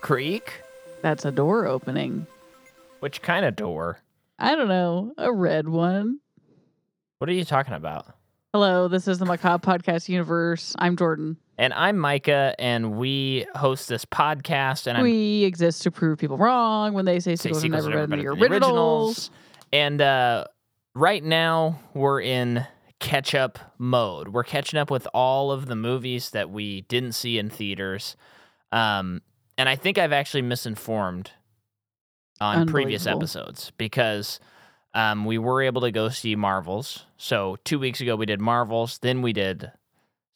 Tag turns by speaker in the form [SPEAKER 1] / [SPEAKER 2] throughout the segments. [SPEAKER 1] creak?
[SPEAKER 2] That's a door opening.
[SPEAKER 1] Which kind of door?
[SPEAKER 2] I don't know. A red one.
[SPEAKER 1] What are you talking about?
[SPEAKER 2] Hello, this is the Macabre Podcast Universe. I'm Jordan.
[SPEAKER 1] And I'm Micah, and we host this podcast, and I'm
[SPEAKER 2] we exist to prove people wrong when they say
[SPEAKER 1] say
[SPEAKER 2] sequels have
[SPEAKER 1] sequels
[SPEAKER 2] never
[SPEAKER 1] are
[SPEAKER 2] been the
[SPEAKER 1] better
[SPEAKER 2] originals.
[SPEAKER 1] than the originals. And uh, right now we're in catch up mode. We're catching up with all of the movies that we didn't see in theaters. Um, and I think I've actually misinformed on previous
[SPEAKER 2] Unbelievable.
[SPEAKER 1] episodes because um, we were able to go see Marvels. So two weeks ago we did Marvels, then we did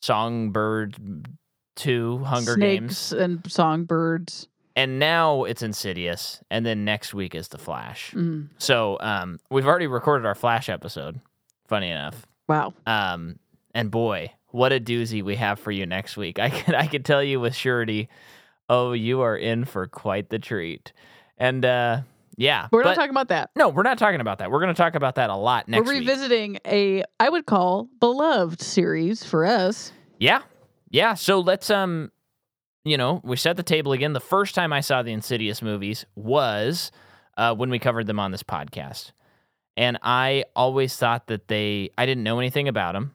[SPEAKER 1] Songbird Two, Hunger Games,
[SPEAKER 2] Snakes and songbirds.
[SPEAKER 1] and now it's Insidious, and then next week is The Flash.
[SPEAKER 2] Mm,
[SPEAKER 1] So um, we've already recorded our Flash episode. Funny enough,
[SPEAKER 2] wow.
[SPEAKER 1] um, and boy, what a doozy we have for you next week! I can I can tell you with surety, oh, you are in for quite the treat. And uh, yeah,
[SPEAKER 2] We're
[SPEAKER 1] but-
[SPEAKER 2] not talking about that.
[SPEAKER 1] No, we're not talking about that. We're going to talk about that a lot next
[SPEAKER 2] We're
[SPEAKER 1] week.
[SPEAKER 2] revisiting a I would call beloved series for us.
[SPEAKER 1] Yeah. Yeah. So let's um you know, we set the table again. The first time I saw the Insidious movies was uh, when we covered them on this podcast. And I always thought that they, I didn't know anything about them.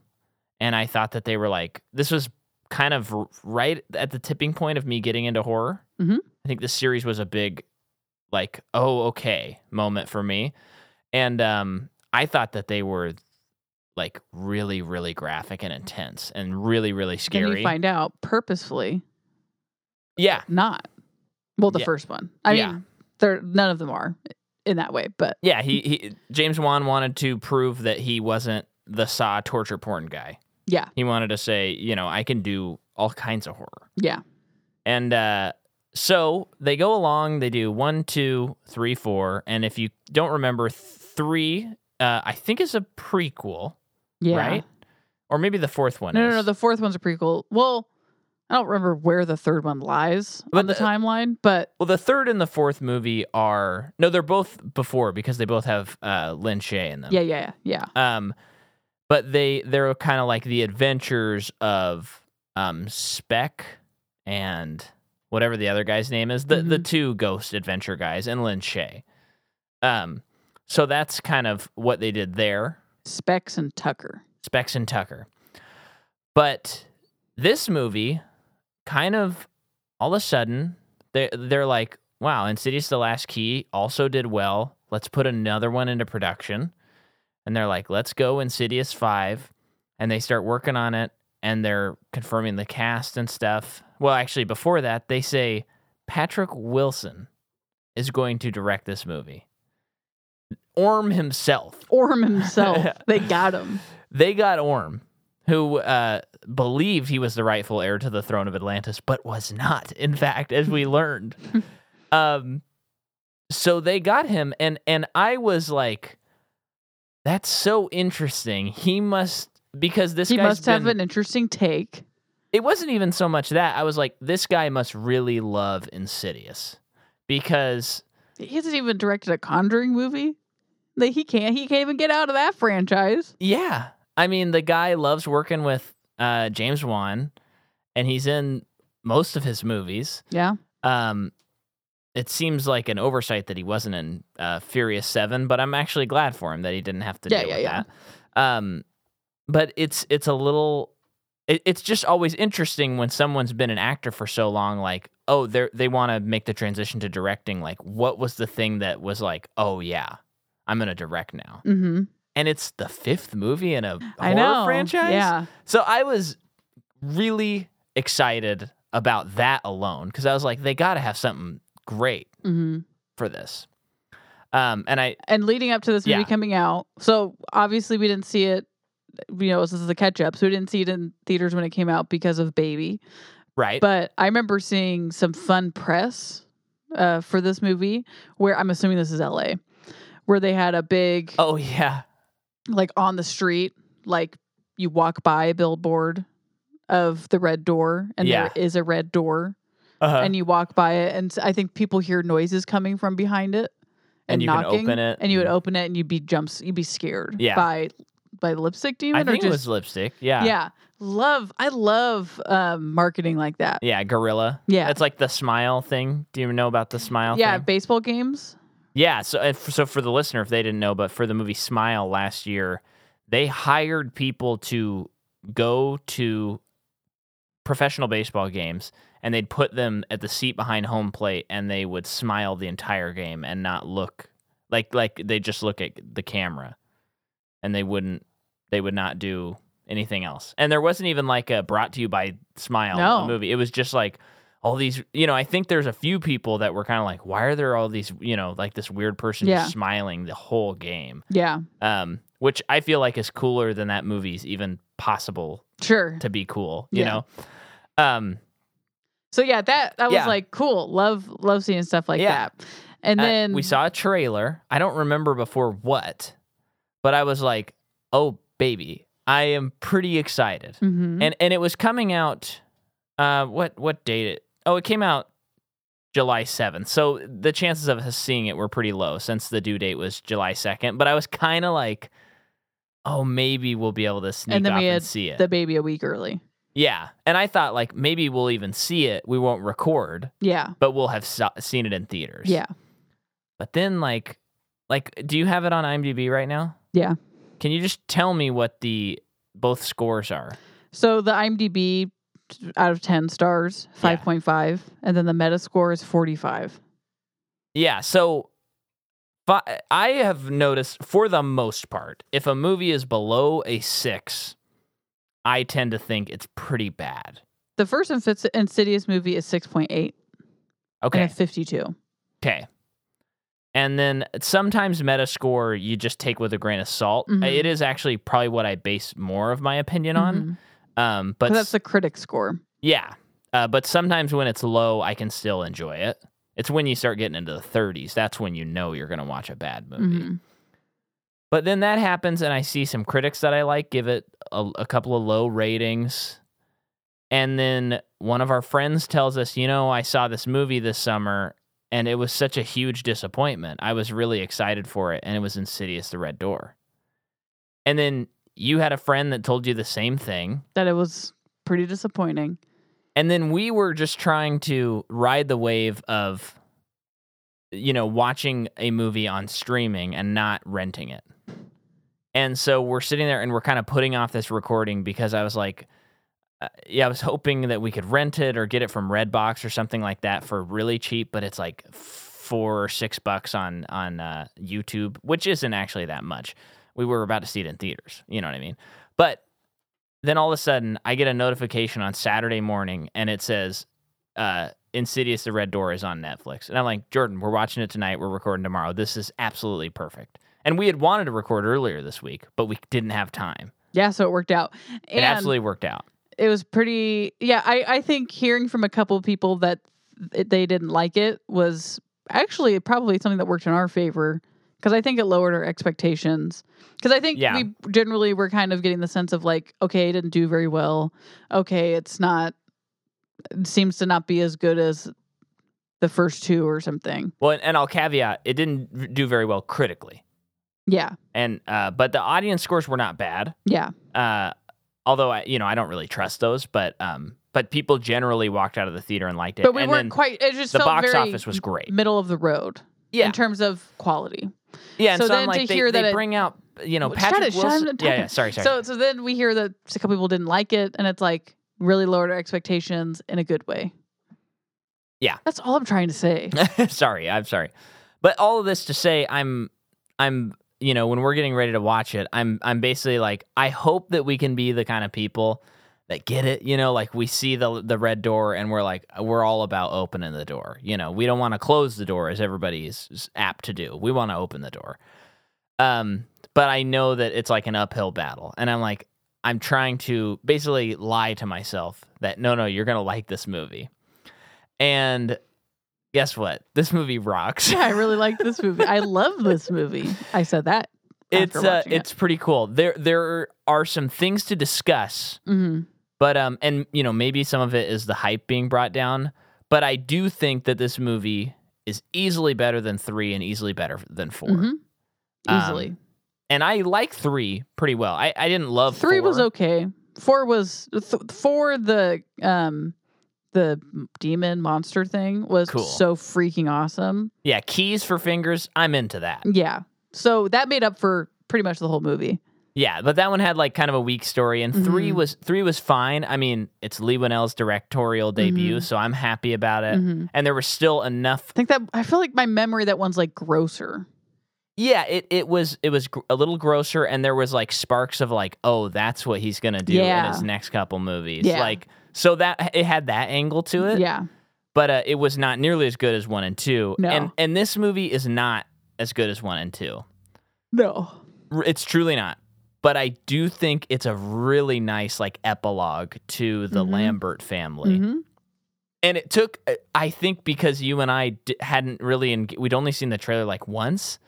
[SPEAKER 1] And I thought that they were like, this was kind of r- right at the tipping point of me getting into horror.
[SPEAKER 2] Mhm.
[SPEAKER 1] I think this series was a big, like, oh, okay moment for me. And um, I thought that they were like really, really graphic and intense and really, really
[SPEAKER 2] And
[SPEAKER 1] scary.
[SPEAKER 2] you find out purposefully
[SPEAKER 1] yeah.
[SPEAKER 2] not. Well, the
[SPEAKER 1] Yeah.
[SPEAKER 2] first one. I
[SPEAKER 1] Yeah.
[SPEAKER 2] mean, they're none of them are in that way, but
[SPEAKER 1] Yeah, he, he James Wan wanted to prove that he wasn't the Saw torture porn guy.
[SPEAKER 2] yeah,
[SPEAKER 1] He wanted to say, you know, I can do all kinds of horror.
[SPEAKER 2] yeah.
[SPEAKER 1] And uh, so they go along. They do one, two, three, four. And if you don't remember, three, uh, I think is a prequel,
[SPEAKER 2] Yeah.
[SPEAKER 1] right? Or maybe the fourth one.
[SPEAKER 2] No,
[SPEAKER 1] is.
[SPEAKER 2] no, no. The fourth one's a prequel. Well, I don't remember where the third one lies
[SPEAKER 1] But
[SPEAKER 2] on the,
[SPEAKER 1] the-
[SPEAKER 2] timeline, but
[SPEAKER 1] well, the third and the fourth movie are no, they're both before because they both have uh, Lin Shay in them.
[SPEAKER 2] yeah, yeah, yeah.
[SPEAKER 1] Um, but they they're kind of like the adventures of um Spec and whatever the other guy's name is, the the two ghost adventure guys and Lin Shay. Um, so that's kind of what they did there,
[SPEAKER 2] Specs and Tucker.
[SPEAKER 1] Specs and Tucker. But this movie, kind of all of a sudden, they they're like, wow, Insidious: The Last Key also did well. Let's put another one into production, and they're like, let's go Insidious Five, and they start working on it, and they're confirming the cast and stuff. Well, actually, before that, they say Patrick Wilson is going to direct this movie. Orm himself
[SPEAKER 2] Orm himself. they got him.
[SPEAKER 1] they got Orm, who uh, believed he was the rightful heir to the throne of Atlantis, but was not, in fact, as we learned. um, so they got him, and and I was like, "That's so interesting. He must because this
[SPEAKER 2] He
[SPEAKER 1] guy's
[SPEAKER 2] must have
[SPEAKER 1] been-
[SPEAKER 2] an interesting take.
[SPEAKER 1] it wasn't even so much that I was like, this guy must really love Insidious because
[SPEAKER 2] He hasn't even directed a Conjuring movie. Like he can't. He can't even get out of that franchise.
[SPEAKER 1] Yeah. I mean, the guy loves working with uh, James Wan, and he's in most of his movies.
[SPEAKER 2] Yeah.
[SPEAKER 1] Um, it seems like an oversight that he wasn't in uh, Furious 7, but I'm actually glad for him that he didn't have to
[SPEAKER 2] Yeah,
[SPEAKER 1] deal
[SPEAKER 2] yeah,
[SPEAKER 1] with
[SPEAKER 2] yeah.
[SPEAKER 1] that. Um, but it's it's a little it, it's just always interesting when someone's been an actor for so long like, oh, they are they want to make the transition to directing like what was the thing that was like, oh yeah, I'm going to direct now
[SPEAKER 2] Mm-hmm.
[SPEAKER 1] and it's the fifth movie in a horror
[SPEAKER 2] I know.
[SPEAKER 1] franchise.
[SPEAKER 2] Yeah.
[SPEAKER 1] So I was really excited about that alone because I was like, they got to have something great
[SPEAKER 2] Mm-hmm.
[SPEAKER 1] for this. Um, and I
[SPEAKER 2] and leading up to this movie
[SPEAKER 1] Yeah.
[SPEAKER 2] coming out. So obviously we didn't see it. You know, this is the catch up, so we didn't see it in theaters when it came out because of Baby.
[SPEAKER 1] right,
[SPEAKER 2] But I remember seeing some fun press uh, for this movie, where I'm assuming this is L.A., where they had a big
[SPEAKER 1] oh yeah,
[SPEAKER 2] like on the street, like you walk by a billboard of the red door, and
[SPEAKER 1] Yeah.
[SPEAKER 2] there is a red door,
[SPEAKER 1] uh-huh.
[SPEAKER 2] and you walk by it, and s- I think people hear noises coming from behind it
[SPEAKER 1] And you can
[SPEAKER 2] knocking,
[SPEAKER 1] open it
[SPEAKER 2] and you would
[SPEAKER 1] and-
[SPEAKER 2] open it, and you'd be jumps, you'd be scared
[SPEAKER 1] Yeah.
[SPEAKER 2] by by the lipstick demon
[SPEAKER 1] I think
[SPEAKER 2] or
[SPEAKER 1] it
[SPEAKER 2] just
[SPEAKER 1] was lipstick. Yeah,
[SPEAKER 2] yeah, Love, I love um, marketing like that.
[SPEAKER 1] Yeah, gorilla.
[SPEAKER 2] Yeah.
[SPEAKER 1] That's like the smile thing. Do you know about the smile
[SPEAKER 2] yeah,
[SPEAKER 1] thing?
[SPEAKER 2] baseball games.
[SPEAKER 1] Yeah. So, and f- so for the listener, if they didn't know, but for the movie Smile last year, they hired people to go to professional baseball games and they'd put them at the seat behind home plate and they would smile the entire game and not look like like they just look at the camera and they wouldn't they would not do anything else and there wasn't even like a brought to you by smile
[SPEAKER 2] No.
[SPEAKER 1] movie it was just like all these you know i think there's a few people that were kind of like why are there all these you know like this weird person
[SPEAKER 2] Yeah.
[SPEAKER 1] just smiling the whole game
[SPEAKER 2] Yeah,
[SPEAKER 1] um which i feel like is cooler than that movie's even possible
[SPEAKER 2] sure.
[SPEAKER 1] to be cool you
[SPEAKER 2] Yeah.
[SPEAKER 1] know um
[SPEAKER 2] So yeah, that that was
[SPEAKER 1] Yeah.
[SPEAKER 2] like cool. Love love seeing stuff like
[SPEAKER 1] Yeah.
[SPEAKER 2] that. And
[SPEAKER 1] Uh,
[SPEAKER 2] then
[SPEAKER 1] we saw a trailer. I don't remember before what, but I was like, "Oh baby, I am pretty excited."
[SPEAKER 2] Mhm.
[SPEAKER 1] And and it was coming out. Uh, what what date it? Oh, it came out July seventh. So the chances of us seeing it were pretty low since the due date was July second. But I was kind of like, "Oh, maybe we'll be able to sneak
[SPEAKER 2] then
[SPEAKER 1] up
[SPEAKER 2] we had
[SPEAKER 1] and see it."
[SPEAKER 2] the baby a week early.
[SPEAKER 1] yeah, and I thought like maybe we'll even see it. We won't record,
[SPEAKER 2] Yeah,
[SPEAKER 1] but we'll have so- seen it in theaters.
[SPEAKER 2] yeah.
[SPEAKER 1] But then like like do you have it on IMDb right now?
[SPEAKER 2] Yeah.
[SPEAKER 1] Can you just tell me what the both scores are?
[SPEAKER 2] So the IMDb t- out of ten stars,
[SPEAKER 1] Yeah.
[SPEAKER 2] five point five, and then the Metascore is forty five.
[SPEAKER 1] Yeah, so fi- I have noticed for the most part, if a movie is below a 6, I tend to think it's pretty bad.
[SPEAKER 2] The first Infi- Insidious movie is six point eight
[SPEAKER 1] Okay.
[SPEAKER 2] and a fifty two.
[SPEAKER 1] Okay. And then sometimes Metascore you just take with a grain of salt.
[SPEAKER 2] Mhm.
[SPEAKER 1] It is actually probably what I base more of my opinion on. Um but
[SPEAKER 2] Mm-hmm. that's the critic score.
[SPEAKER 1] Yeah. Uh, but sometimes when it's low, I can still enjoy it. It's when you start getting into the 30s. That's when you know you're going to watch a bad movie.
[SPEAKER 2] Mhm.
[SPEAKER 1] But then that happens, and I see some critics that I like give it a, a couple of low ratings. And then one of our friends tells us, you know, I saw this movie this summer, and it was such a huge disappointment. I was really excited for it, and it was Insidious The Red Door. And then you had a friend that told you the same thing.
[SPEAKER 2] That it was pretty disappointing.
[SPEAKER 1] And then we were just trying to ride the wave of, you know, watching a movie on streaming and not renting it. And so we're sitting there and we're kind of putting off this recording because I was like, uh, yeah, I was hoping that we could rent it or get it from Redbox or something like that for really cheap, but it's like four or six bucks on on uh, YouTube, which isn't actually that much. We were about to see it in theaters, you know what I mean? But then all of a sudden I get a notification on Saturday morning and it says uh Insidious the Red Door is on Netflix. And I'm like, Jordan, we're watching it tonight. We're recording tomorrow. This is absolutely perfect. And we had wanted to record earlier this week, but we didn't have time.
[SPEAKER 2] Yeah, so it worked out.
[SPEAKER 1] it absolutely worked out.
[SPEAKER 2] it was pretty yeah i i think hearing from a couple of people that it, they didn't like it was actually probably something that worked in our favor because i think it lowered our expectations because i think
[SPEAKER 1] Yeah.
[SPEAKER 2] we generally were kind of getting the sense of like okay it didn't do very well okay it's not it seems to not be as good as the first two or something
[SPEAKER 1] Well, and, and I'll caveat it didn't v- do very well critically.
[SPEAKER 2] yeah
[SPEAKER 1] And uh, but the audience scores were not bad.
[SPEAKER 2] yeah
[SPEAKER 1] Uh, although I, you know, I don't really trust those, but um, but people generally walked out of the theater and liked it.
[SPEAKER 2] but we
[SPEAKER 1] and
[SPEAKER 2] weren't
[SPEAKER 1] then
[SPEAKER 2] quite it just
[SPEAKER 1] the
[SPEAKER 2] felt
[SPEAKER 1] box
[SPEAKER 2] very
[SPEAKER 1] office was great.
[SPEAKER 2] middle of the road
[SPEAKER 1] Yeah,
[SPEAKER 2] in terms of quality
[SPEAKER 1] Yeah, and
[SPEAKER 2] So
[SPEAKER 1] so,
[SPEAKER 2] then
[SPEAKER 1] I'm
[SPEAKER 2] to
[SPEAKER 1] like, they,
[SPEAKER 2] hear
[SPEAKER 1] they
[SPEAKER 2] that it-
[SPEAKER 1] bring out, you know,
[SPEAKER 2] Well, shut
[SPEAKER 1] Patrick
[SPEAKER 2] it, shut
[SPEAKER 1] Wilson.
[SPEAKER 2] it, I'm
[SPEAKER 1] yeah, yeah,
[SPEAKER 2] talking.
[SPEAKER 1] sorry, sorry.
[SPEAKER 2] So so then we hear that a couple people didn't like it, and it's like really lowered our expectations in a good way.
[SPEAKER 1] Yeah.
[SPEAKER 2] that's all I'm trying to say.
[SPEAKER 1] sorry, I'm sorry. But all of this to say, I'm, I'm, you know, when we're getting ready to watch it, I'm, I'm basically like, I hope that we can be the kind of people that get it. You know, like we see the the red door and we're like, we're all about opening the door. You know, we don't want to close the door as everybody is- is apt to do. We want to open the door. Um, but I know that it's like an uphill battle, and I'm like, I'm trying to basically lie to myself that no, no, you're gonna like this movie. And guess what? This movie rocks.
[SPEAKER 2] yeah, I really like this movie. I love this movie. I said that.
[SPEAKER 1] it's
[SPEAKER 2] after
[SPEAKER 1] uh,
[SPEAKER 2] watching it.
[SPEAKER 1] it's pretty cool. There there are some things to discuss
[SPEAKER 2] Mhm.
[SPEAKER 1] But um, and you know, maybe some of it is the hype being brought down. But I do think that this movie is easily better than three and easily better than 4
[SPEAKER 2] Mhm.
[SPEAKER 1] Um,
[SPEAKER 2] easily.
[SPEAKER 1] And I like three pretty well. I, I didn't love
[SPEAKER 2] Three was
[SPEAKER 1] four.
[SPEAKER 2] okay. four was th- four the um the demon monster thing was
[SPEAKER 1] Cool.
[SPEAKER 2] so freaking awesome.
[SPEAKER 1] Yeah, keys for fingers. I'm into that.
[SPEAKER 2] Yeah. So that made up for pretty much the whole movie.
[SPEAKER 1] Yeah, but that one had like kind of a weak story, and three
[SPEAKER 2] Mhm.
[SPEAKER 1] was three was fine. I mean, it's Lee Winnell's directorial debut,
[SPEAKER 2] Mhm.
[SPEAKER 1] so I'm happy about it.
[SPEAKER 2] Mhm.
[SPEAKER 1] And there was still enough.
[SPEAKER 2] I think that I feel like my memory that one's like grosser.
[SPEAKER 1] Yeah, it it was it was gr- a little grosser, and there was like sparks of like, oh, that's what he's gonna do in
[SPEAKER 2] Yeah.
[SPEAKER 1] his next couple movies.
[SPEAKER 2] Yeah.
[SPEAKER 1] Like, so that it had that angle to it.
[SPEAKER 2] Yeah.
[SPEAKER 1] but uh, it was not nearly as good as one and two.
[SPEAKER 2] No.
[SPEAKER 1] And and this movie is not as good as one and two.
[SPEAKER 2] No.
[SPEAKER 1] R- It's truly not. But I do think it's a really nice like epilogue to the
[SPEAKER 2] Mhm.
[SPEAKER 1] Lambert family.
[SPEAKER 2] Mhm.
[SPEAKER 1] And it took uh, I think because you and I d- hadn't really eng- we'd only seen the trailer like once.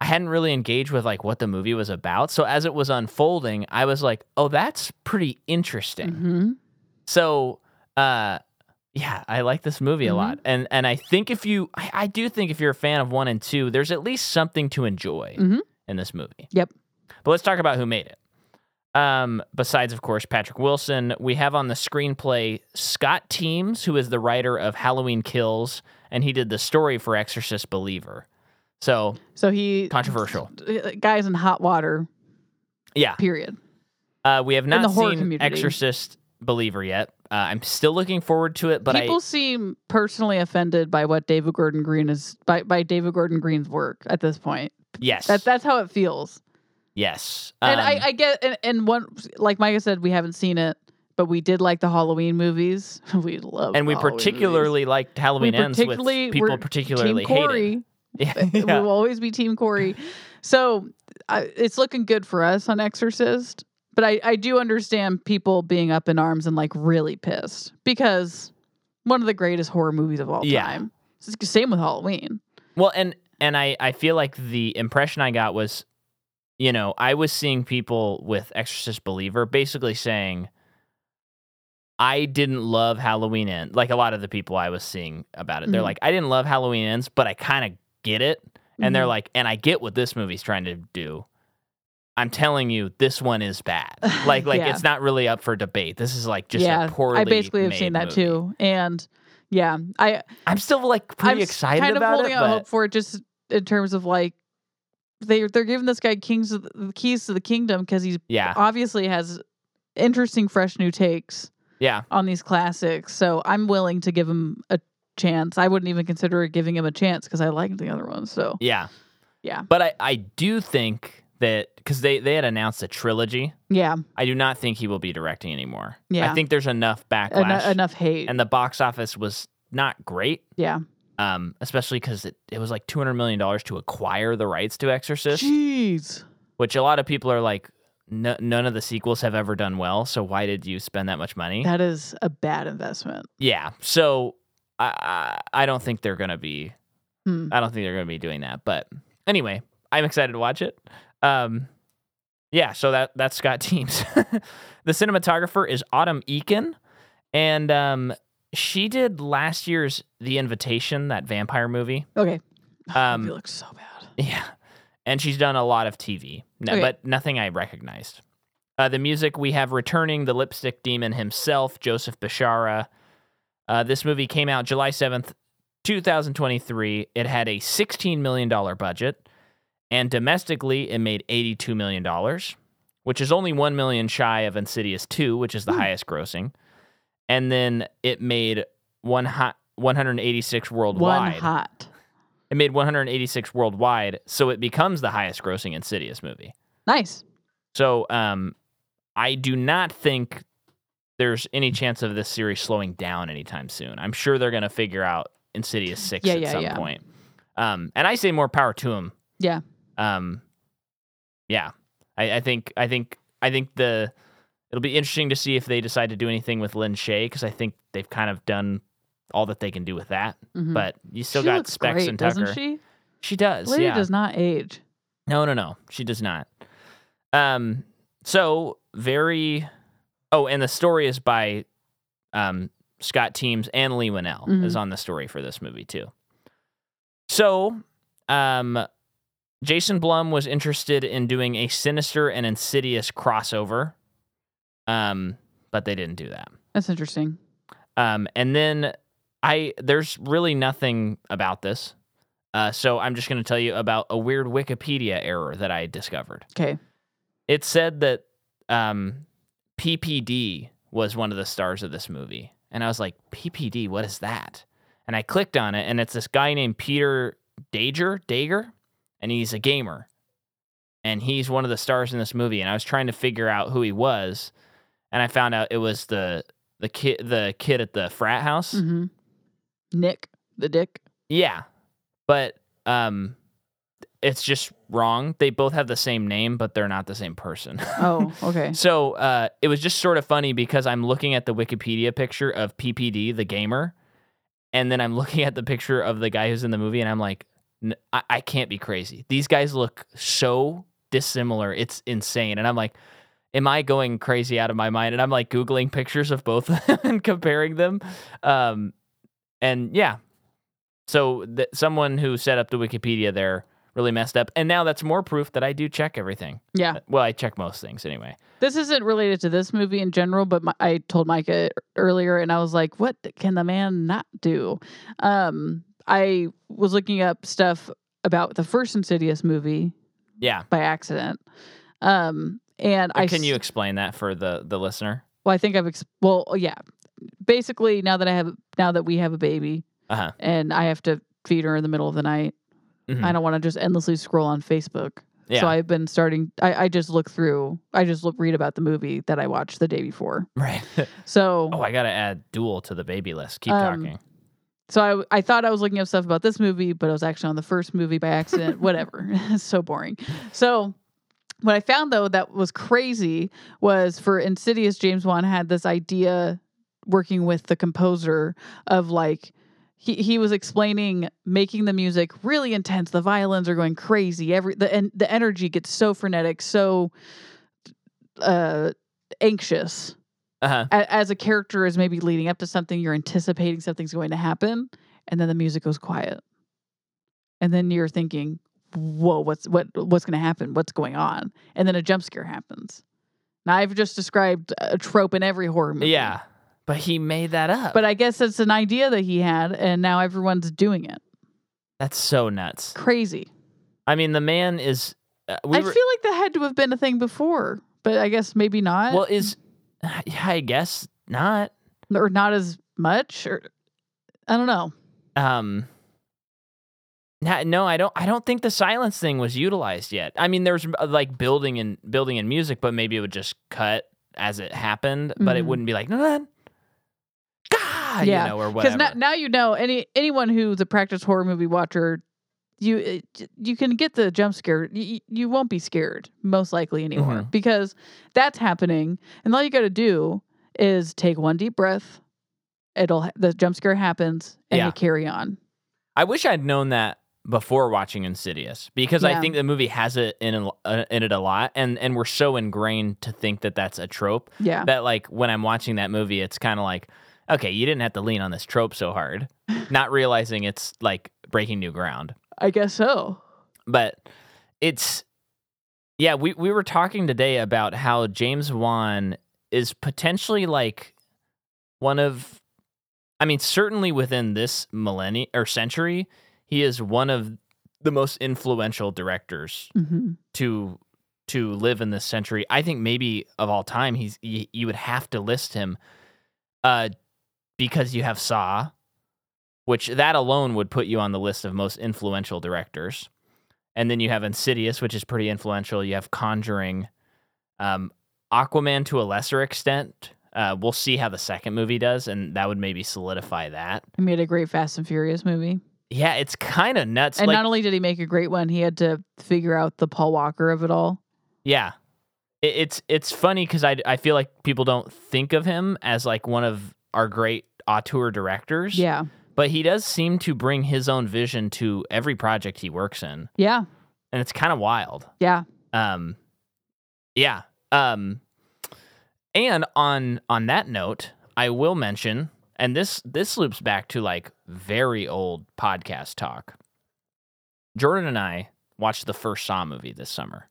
[SPEAKER 1] I hadn't really engaged with like what the movie was about. So as it was unfolding, I was like, "Oh, that's pretty interesting."
[SPEAKER 2] Mhm.
[SPEAKER 1] So, uh, yeah, I like this movie a
[SPEAKER 2] Mhm.
[SPEAKER 1] lot, and and I think if you, I, I do think if you're a fan of one and two, there's at least something to enjoy
[SPEAKER 2] Mhm.
[SPEAKER 1] in this movie.
[SPEAKER 2] Yep.
[SPEAKER 1] But let's talk about who made it. Um, besides, of course, Patrick Wilson, we have on the screenplay Scott Teams, who is the writer of Halloween Kills, and he did the story for Exorcist Believer. So
[SPEAKER 2] So he Uh,
[SPEAKER 1] Controversial.
[SPEAKER 2] Guys in hot water.
[SPEAKER 1] yeah,
[SPEAKER 2] Period.
[SPEAKER 1] uh, we have not
[SPEAKER 2] the horror
[SPEAKER 1] seen
[SPEAKER 2] community.
[SPEAKER 1] Exorcist Believer yet. Uh, I'm still looking forward to it, but I
[SPEAKER 2] People seem personally offended by what David Gordon Green is by, by David Gordon Green's work at this point.
[SPEAKER 1] yes,
[SPEAKER 2] That that's how it feels.
[SPEAKER 1] yes,
[SPEAKER 2] and
[SPEAKER 1] Um,
[SPEAKER 2] I, I get and, and one like Micah said, we haven't seen it, but we did like the Halloween movies. we love
[SPEAKER 1] and we
[SPEAKER 2] the Halloween movies.
[SPEAKER 1] particularly liked Halloween ends with
[SPEAKER 2] particularly
[SPEAKER 1] people
[SPEAKER 2] were
[SPEAKER 1] particularly
[SPEAKER 2] Team Corey.
[SPEAKER 1] hated. Yeah,
[SPEAKER 2] It will always be Team Corey. So I, it's looking good for us on Exorcist, but I, I do understand people being up in arms and like really pissed because one of the greatest horror movies of all
[SPEAKER 1] Yeah.
[SPEAKER 2] time. It's the same with Halloween.
[SPEAKER 1] Well, and and I I feel like the impression I got was, you know, I was seeing people with Exorcist Believer basically saying, I didn't love Halloween End. Like a lot of the people I was seeing about it, they're
[SPEAKER 2] Mhm.
[SPEAKER 1] like, I didn't love Halloween Ends, but I kind of get it, and
[SPEAKER 2] Mm-hmm. Mhm.
[SPEAKER 1] they're like, and I get what this movie's trying to do. I'm telling you, this one is bad. Like, like
[SPEAKER 2] Yeah.
[SPEAKER 1] it's not really up for debate. This is like just
[SPEAKER 2] yeah,
[SPEAKER 1] a poorly.
[SPEAKER 2] I basically have seen
[SPEAKER 1] made
[SPEAKER 2] that
[SPEAKER 1] movie.
[SPEAKER 2] too, and yeah, I
[SPEAKER 1] I'm still like pretty
[SPEAKER 2] I'm s-
[SPEAKER 1] excited
[SPEAKER 2] kind of
[SPEAKER 1] about
[SPEAKER 2] holding
[SPEAKER 1] it,
[SPEAKER 2] out
[SPEAKER 1] but
[SPEAKER 2] hope for it just in terms of like they they're giving this guy kings of the, keys to the kingdom because he's
[SPEAKER 1] yeah,
[SPEAKER 2] obviously has interesting, fresh new takes.
[SPEAKER 1] yeah,
[SPEAKER 2] on these classics. So I'm willing to give him a chance. I wouldn't even consider giving him a chance because I liked the other ones. So
[SPEAKER 1] yeah,
[SPEAKER 2] Yeah.
[SPEAKER 1] But I, I do think that because they they had announced a trilogy,
[SPEAKER 2] yeah,
[SPEAKER 1] I do not think he will be directing anymore. I
[SPEAKER 2] Yeah.
[SPEAKER 1] think there's enough backlash,
[SPEAKER 2] en- enough hate.
[SPEAKER 1] and the box office was not great.
[SPEAKER 2] yeah,
[SPEAKER 1] Um, especially because it, it was like two hundred million dollars to acquire the rights to Exorcist,
[SPEAKER 2] jeez,
[SPEAKER 1] which a lot of people are like, no, none of the sequels have ever done well. So why did you spend that much money?
[SPEAKER 2] that is a bad investment.
[SPEAKER 1] yeah, so I I, I don't think they're gonna be
[SPEAKER 2] Hmm.
[SPEAKER 1] I don't think they're going to be doing that. But anyway, I'm excited to watch it. Um, yeah, so that that's Scott Teams. the cinematographer is Autumn Eakin, and um, she did last year's The Invitation, that vampire movie.
[SPEAKER 2] Okay,
[SPEAKER 1] Um,
[SPEAKER 2] you look so bad.
[SPEAKER 1] Yeah, and she's done a lot of TV, no,
[SPEAKER 2] Okay.
[SPEAKER 1] but nothing I recognized. Uh, the music we have returning the lipstick demon himself, Joseph Bishara. Uh, this movie came out July seventh, two thousand twenty-three. It had a sixteen million dollar budget, and domestically it made eighty-two million dollars, which is only one million shy of Insidious two, which is the
[SPEAKER 2] Hmm.
[SPEAKER 1] highest grossing. And then it made one hot. 186
[SPEAKER 2] One
[SPEAKER 1] worldwide.
[SPEAKER 2] hot,
[SPEAKER 1] It made 186 worldwide, so it becomes the highest grossing Insidious movie.
[SPEAKER 2] nice.
[SPEAKER 1] So, um, I do not think there's any chance of this series slowing down anytime soon. I'm sure they're going to figure out Insidious 6
[SPEAKER 2] Yeah,
[SPEAKER 1] at
[SPEAKER 2] yeah,
[SPEAKER 1] some
[SPEAKER 2] yeah.
[SPEAKER 1] point. Um, and I say more power to them.
[SPEAKER 2] Yeah.
[SPEAKER 1] Um, yeah. I, I think, I think, I think the, it'll be interesting to see if they decide to do anything with Lynn Shay because I think they've kind of done all that they can do with that.
[SPEAKER 2] Mhm.
[SPEAKER 1] But you still
[SPEAKER 2] She
[SPEAKER 1] got
[SPEAKER 2] looks
[SPEAKER 1] Specs
[SPEAKER 2] great,
[SPEAKER 1] and Tucker.
[SPEAKER 2] doesn't she?
[SPEAKER 1] She does.
[SPEAKER 2] Lady
[SPEAKER 1] yeah.
[SPEAKER 2] does not age.
[SPEAKER 1] No, no, no. She does not. Um so very Oh, and the story is by um Scott Teams and Lee Winnell
[SPEAKER 2] Mm-hmm.
[SPEAKER 1] is on the story for this movie too. So, um Jason Blum was interested in doing a sinister and insidious crossover. Um, but they didn't do that.
[SPEAKER 2] That's interesting.
[SPEAKER 1] Um, and then I there's really nothing about this. Uh, so I'm just going to tell you about a weird Wikipedia error that I discovered.
[SPEAKER 2] Okay.
[SPEAKER 1] It said that um, PPD was one of the stars of this movie, and I was like, PPD, what is that? And I clicked on it, and it's this guy named Peter Dager, Dager, and he's a gamer, and he's one of the stars in this movie. And I was trying to figure out who he was, and I found out it was the the kid the kid at the frat house.
[SPEAKER 2] Mm-hmm. Nick, the dick.
[SPEAKER 1] Yeah. But um it's just wrong. They both have the same name, but they're not the same person.
[SPEAKER 2] Oh, okay.
[SPEAKER 1] so uh it was just sort of funny because I'm looking at the Wikipedia picture of PPD the gamer, and then I'm looking at the picture of the guy who's in the movie, and I'm like, N- I-, I can't be crazy. These guys look so dissimilar. It's insane. And I'm like, am I going crazy out of my mind? And I'm like googling pictures of both of them and comparing them. Um, and yeah, so th- someone who set up the Wikipedia there really messed up, and now that's more proof that I do check everything. Uh,
[SPEAKER 2] Yeah.
[SPEAKER 1] Well, I check most things anyway.
[SPEAKER 2] This isn't related to this movie in general, but my, I told Micah earlier, and I was like, "What can the man not do?" Um, I was looking up stuff about the first Insidious movie
[SPEAKER 1] Yeah.
[SPEAKER 2] by accident, um, and I
[SPEAKER 1] Can
[SPEAKER 2] s-
[SPEAKER 1] you explain that for the the listener?
[SPEAKER 2] Well, I think I've ex- well, oh, yeah. Basically, now that I have now that we have a baby,
[SPEAKER 1] Uh-huh.
[SPEAKER 2] and I have to feed her in the middle of the night,
[SPEAKER 1] Mhm.
[SPEAKER 2] I don't want to just endlessly scroll on Facebook.
[SPEAKER 1] Yeah.
[SPEAKER 2] So I've been starting. I, I just look through. I just look read about the movie that I watched the day before.
[SPEAKER 1] right.
[SPEAKER 2] So
[SPEAKER 1] oh, I gotta add dual to the baby list. Keep
[SPEAKER 2] Um,
[SPEAKER 1] talking.
[SPEAKER 2] So I, I thought I was looking up stuff about this movie, but I was actually on the first movie by accident. Whatever. it's so boring. So what I found though that was crazy was for Insidious, James Wan had this idea working with the composer of like he, he was explaining making the music really intense. The violins are going crazy. Every the and the energy gets so frenetic, so uh anxious
[SPEAKER 1] Uh-huh.
[SPEAKER 2] a- as a character is maybe leading up to something, you're anticipating something's going to happen, and then the music goes quiet, and then you're thinking, "Whoa, what's what what's going to happen? What's going on?" And then a jump scare happens. Now I've just described a trope in every horror movie.
[SPEAKER 1] Yeah. But he made that up.
[SPEAKER 2] but I guess it's an idea that he had, and now everyone's doing it.
[SPEAKER 1] that's so nuts.
[SPEAKER 2] Crazy.
[SPEAKER 1] I mean, the man is. Uh, we
[SPEAKER 2] I
[SPEAKER 1] were-
[SPEAKER 2] feel like that had to have been a thing before, but I guess maybe not,
[SPEAKER 1] well is. Yeah, I guess not.
[SPEAKER 2] or not as much, or I don't know.
[SPEAKER 1] um na- no i don't i don't think the silence thing was utilized yet i mean there's uh, like building and building and music but maybe it would just cut as it happened but it
[SPEAKER 2] Mhm.
[SPEAKER 1] wouldn't be like no then Gah,
[SPEAKER 2] Yeah,
[SPEAKER 1] you know or
[SPEAKER 2] because
[SPEAKER 1] whatever
[SPEAKER 2] now, now you know any anyone who's a practiced horror movie watcher you it- j- you can get the jump scare you, you won't be scared most likely anymore
[SPEAKER 1] Mhm.
[SPEAKER 2] because that's happening and all you got to do is take one deep breath it'll ha- the jump scare happens and
[SPEAKER 1] Yeah.
[SPEAKER 2] you carry on
[SPEAKER 1] i wish i'd known that before watching insidious because i
[SPEAKER 2] Yeah.
[SPEAKER 1] think the movie has it in, a- uh, in it a lot and and we're so ingrained to think that that's a trope
[SPEAKER 2] yeah
[SPEAKER 1] that like when i'm watching that movie it's kind of like okay you didn't have to lean on this trope so hard not realizing it's like breaking new ground
[SPEAKER 2] i guess so
[SPEAKER 1] but it's yeah we, we were talking today about how james wan is potentially like one of i mean certainly within this millennium or century he is one of the most influential directors
[SPEAKER 2] hmm
[SPEAKER 1] to to live in this century i think maybe of all time he's you, you would have to list him uh because you have saw which that alone would put you on the list of most influential directors and then you have insidious which is pretty influential you have conjuring um aquaman to a lesser extent uh we'll see how the second movie does and that would maybe solidify that
[SPEAKER 2] he made a great fast and furious movie
[SPEAKER 1] yeah it's kind of nuts
[SPEAKER 2] and
[SPEAKER 1] like-
[SPEAKER 2] not only did he make a great one he had to figure out the paul walker of it all
[SPEAKER 1] Yeah. It, it's it's funny because I, I feel like people don't think of him as like one of our great auteur directors.
[SPEAKER 2] yeah
[SPEAKER 1] But he does seem to bring his own vision to every project he works in.
[SPEAKER 2] yeah
[SPEAKER 1] And it's kind of wild.
[SPEAKER 2] yeah
[SPEAKER 1] Um yeah. Um and on on that note, I will mention and this this loops back to like very old podcast talk. Jordan and I watched the first Saw movie this summer.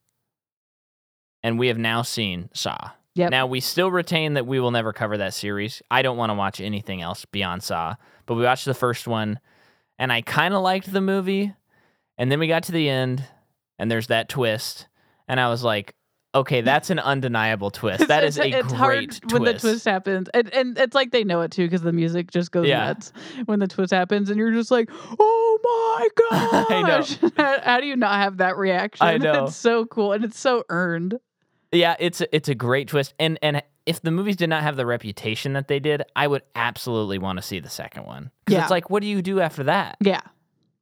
[SPEAKER 1] And we have now seen Saw.
[SPEAKER 2] Yep.
[SPEAKER 1] Now we still retain that we will never cover that series. I don't want to watch anything else beyond Saw, but we watched the first one, and I kind of liked the movie, and then we got to the end, and there's that twist, and I was like, okay, that's an undeniable twist. That is a
[SPEAKER 2] it's
[SPEAKER 1] great
[SPEAKER 2] hard
[SPEAKER 1] twist.
[SPEAKER 2] when the twist happens, and, and it's like they know it too because the music just goes
[SPEAKER 1] Yeah.
[SPEAKER 2] nuts when the twist happens, and you're just like, "Oh my
[SPEAKER 1] I know.
[SPEAKER 2] gosh!" how, how do you not have that reaction?
[SPEAKER 1] I know.
[SPEAKER 2] It's so cool and it's so earned.
[SPEAKER 1] Yeah, it's a- it's a great twist, and and if the movies did not have the reputation that they did, I would absolutely want to see the second one because
[SPEAKER 2] Yeah.
[SPEAKER 1] it's like, what do you do after that?
[SPEAKER 2] Yeah,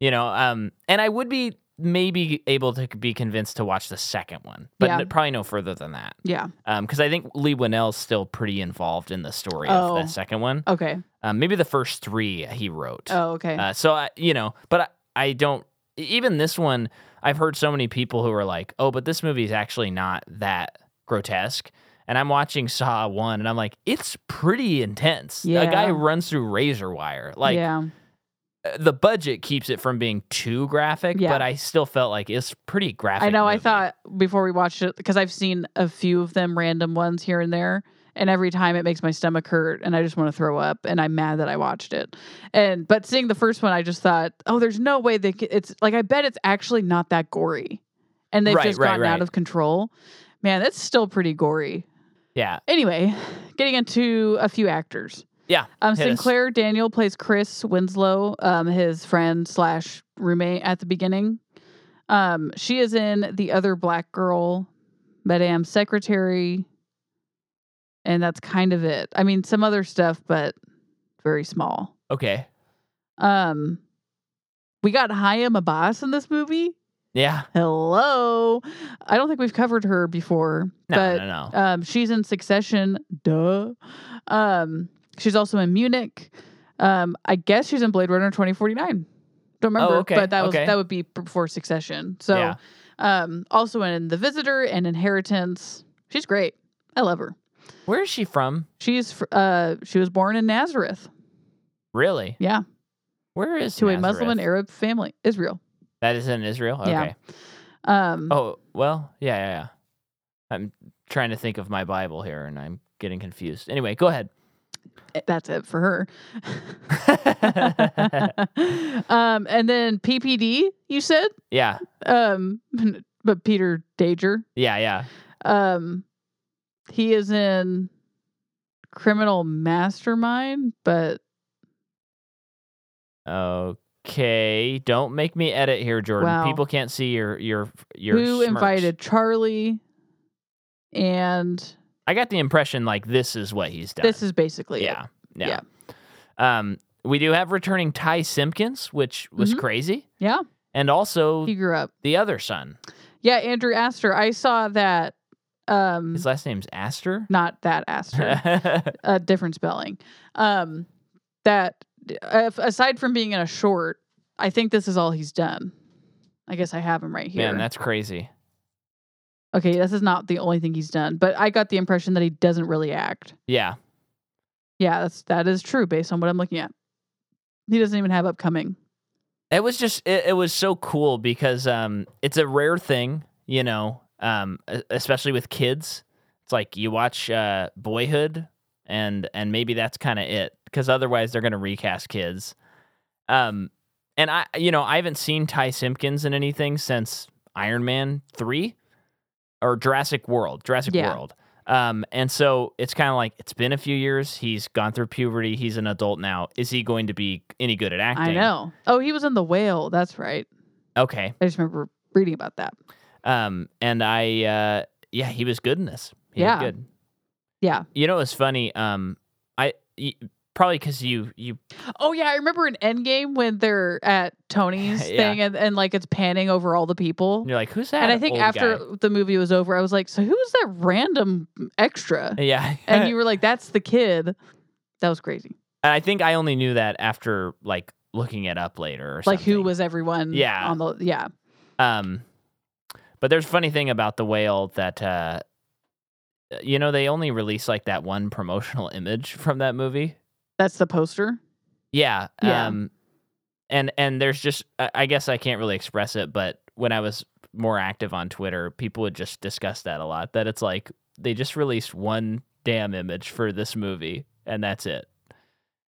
[SPEAKER 1] You know, um, and I would be maybe able to be convinced to watch the second one, but
[SPEAKER 2] Yeah.
[SPEAKER 1] n- probably no further than that,
[SPEAKER 2] yeah.
[SPEAKER 1] because I think Lee Winnell's still pretty involved in the story of
[SPEAKER 2] Oh.
[SPEAKER 1] that second one.
[SPEAKER 2] Okay.
[SPEAKER 1] Um, maybe the first three he wrote.
[SPEAKER 2] Oh, okay.
[SPEAKER 1] Uh, so I, you know, but I, I don't. e, Even this one, I've heard so many people who are like, "Oh, but this movie is actually not that grotesque." And I'm watching Saw One, and I'm like, "It's pretty intense." A guy
[SPEAKER 2] Yeah.
[SPEAKER 1] runs through razor wire. Like
[SPEAKER 2] yeah,
[SPEAKER 1] uh, the budget keeps it from being too graphic,
[SPEAKER 2] Yeah.
[SPEAKER 1] but I still felt like it's pretty graphic.
[SPEAKER 2] I know. I
[SPEAKER 1] movie.
[SPEAKER 2] thought before we watched it because I've seen a few of them, random ones here and there, and every time it makes my stomach hurt and I just want to throw up, and I'm mad that I watched it. And but seeing the first one, I just thought, oh, there's no way they. Could, it's like I bet it's actually not that gory, and they've
[SPEAKER 1] Right,
[SPEAKER 2] just
[SPEAKER 1] right,
[SPEAKER 2] gotten out
[SPEAKER 1] right.
[SPEAKER 2] of control. Man, that's still pretty gory.
[SPEAKER 1] yeah,
[SPEAKER 2] Anyway, getting into a few actors.
[SPEAKER 1] yeah,
[SPEAKER 2] Um,
[SPEAKER 1] Hit us.
[SPEAKER 2] Sinclair Daniel plays Chris Winslow, um, his friend slash roommate at the beginning. Um, she is in the other black girl, Madame Secretary, and that's kind of it. I mean, some other stuff, but very small.
[SPEAKER 1] okay,
[SPEAKER 2] Um, we got Hayam Abbas in this movie.
[SPEAKER 1] yeah.
[SPEAKER 2] Hello, I don't think we've covered her before,
[SPEAKER 1] No,
[SPEAKER 2] but
[SPEAKER 1] no, no.
[SPEAKER 2] um, she's in Succession. Duh. Um, she's also in Munich. Um, I guess she's in Blade Runner 2049. Don't remember,
[SPEAKER 1] Oh, okay,
[SPEAKER 2] but that was
[SPEAKER 1] okay.
[SPEAKER 2] that would be before Succession. So,
[SPEAKER 1] Yeah.
[SPEAKER 2] um, also in The Visitor and Inheritance. She's great. I love her.
[SPEAKER 1] Where is she from?
[SPEAKER 2] She's fr- uh she was born in Nazareth.
[SPEAKER 1] Really?
[SPEAKER 2] Yeah,
[SPEAKER 1] Where is
[SPEAKER 2] to a
[SPEAKER 1] Nazareth?
[SPEAKER 2] Muslim and Arab family, Israel.
[SPEAKER 1] That is in Israel. Okay.
[SPEAKER 2] Yeah. Um,
[SPEAKER 1] Oh, well, yeah, yeah, yeah. I'm trying to think of my Bible here and I'm getting confused. Anyway, go ahead.
[SPEAKER 2] eh, that's it for her. um, and then PPD, you said?
[SPEAKER 1] yeah,
[SPEAKER 2] um but peter dager
[SPEAKER 1] yeah, yeah.
[SPEAKER 2] um he is in criminal mastermind but
[SPEAKER 1] Okay, don't make me edit here, Jordan.
[SPEAKER 2] Wow.
[SPEAKER 1] People can't see your your your
[SPEAKER 2] who
[SPEAKER 1] smirks.
[SPEAKER 2] invited charlie and
[SPEAKER 1] I got the impression like this is what he's done.
[SPEAKER 2] this is basically it.
[SPEAKER 1] yeah, yeah. Um we do have returning Ty Simpkins, which was
[SPEAKER 2] Mhm.
[SPEAKER 1] crazy,
[SPEAKER 2] yeah
[SPEAKER 1] and also
[SPEAKER 2] he grew up
[SPEAKER 1] the other son.
[SPEAKER 2] yeah andrew astor i saw that um
[SPEAKER 1] His last name's Astor.
[SPEAKER 2] not that astor a different spelling. Um, that uh, aside from being in a short, I think this is all he's done. I guess I have him right here.
[SPEAKER 1] Man, that's crazy.
[SPEAKER 2] okay, this is not the only thing he's done, but I got the impression that he doesn't really act.
[SPEAKER 1] Yeah.
[SPEAKER 2] Yeah, that's that is true based on what I'm looking at. He doesn't even have upcoming.
[SPEAKER 1] it was just it, it was so cool because um it's a rare thing you know um e- especially with kids it's like you watch uh boyhood and and maybe that's kind of it because otherwise they're gonna recast kids um and i you know i haven't seen ty simpkins in anything since iron man 3 or jurassic world jurassic
[SPEAKER 2] Yeah.
[SPEAKER 1] world um and so it's kind of like it's been a few years he's gone through puberty he's an adult now is he going to be any good at acting
[SPEAKER 2] I know. Oh, he was in the whale. That's right.
[SPEAKER 1] okay
[SPEAKER 2] I just remember reading about that.
[SPEAKER 1] Um, and I, uh, yeah, he was good in this. He
[SPEAKER 2] Yeah.
[SPEAKER 1] was good.
[SPEAKER 2] Yeah.
[SPEAKER 1] You know, it's funny. Um, I y- probably because you, you,
[SPEAKER 2] Oh yeah, I remember in Endgame when they're at Tony's
[SPEAKER 1] Yeah.
[SPEAKER 2] thing and, and like it's panning over all the people.
[SPEAKER 1] you're like, who's that?
[SPEAKER 2] and I think
[SPEAKER 1] old
[SPEAKER 2] after
[SPEAKER 1] guy?
[SPEAKER 2] the movie was over, I was like, "So who's that random extra?"
[SPEAKER 1] yeah,
[SPEAKER 2] And you were like, "That's the kid." That was crazy.
[SPEAKER 1] And I think I only knew that after like looking it up later, or
[SPEAKER 2] Like, who
[SPEAKER 1] something.
[SPEAKER 2] was everyone?
[SPEAKER 1] Yeah.
[SPEAKER 2] on the yeah,
[SPEAKER 1] Um, but there's a funny thing about the whale that, uh, you know, they only release like that one promotional image from that movie.
[SPEAKER 2] that's the poster.
[SPEAKER 1] Yeah.
[SPEAKER 2] Yeah.
[SPEAKER 1] Um and and there's just I I guess I can't really express it, but when I was more active on Twitter, people would just discuss that a lot. That it's like they just released one damn image for this movie, and that's it.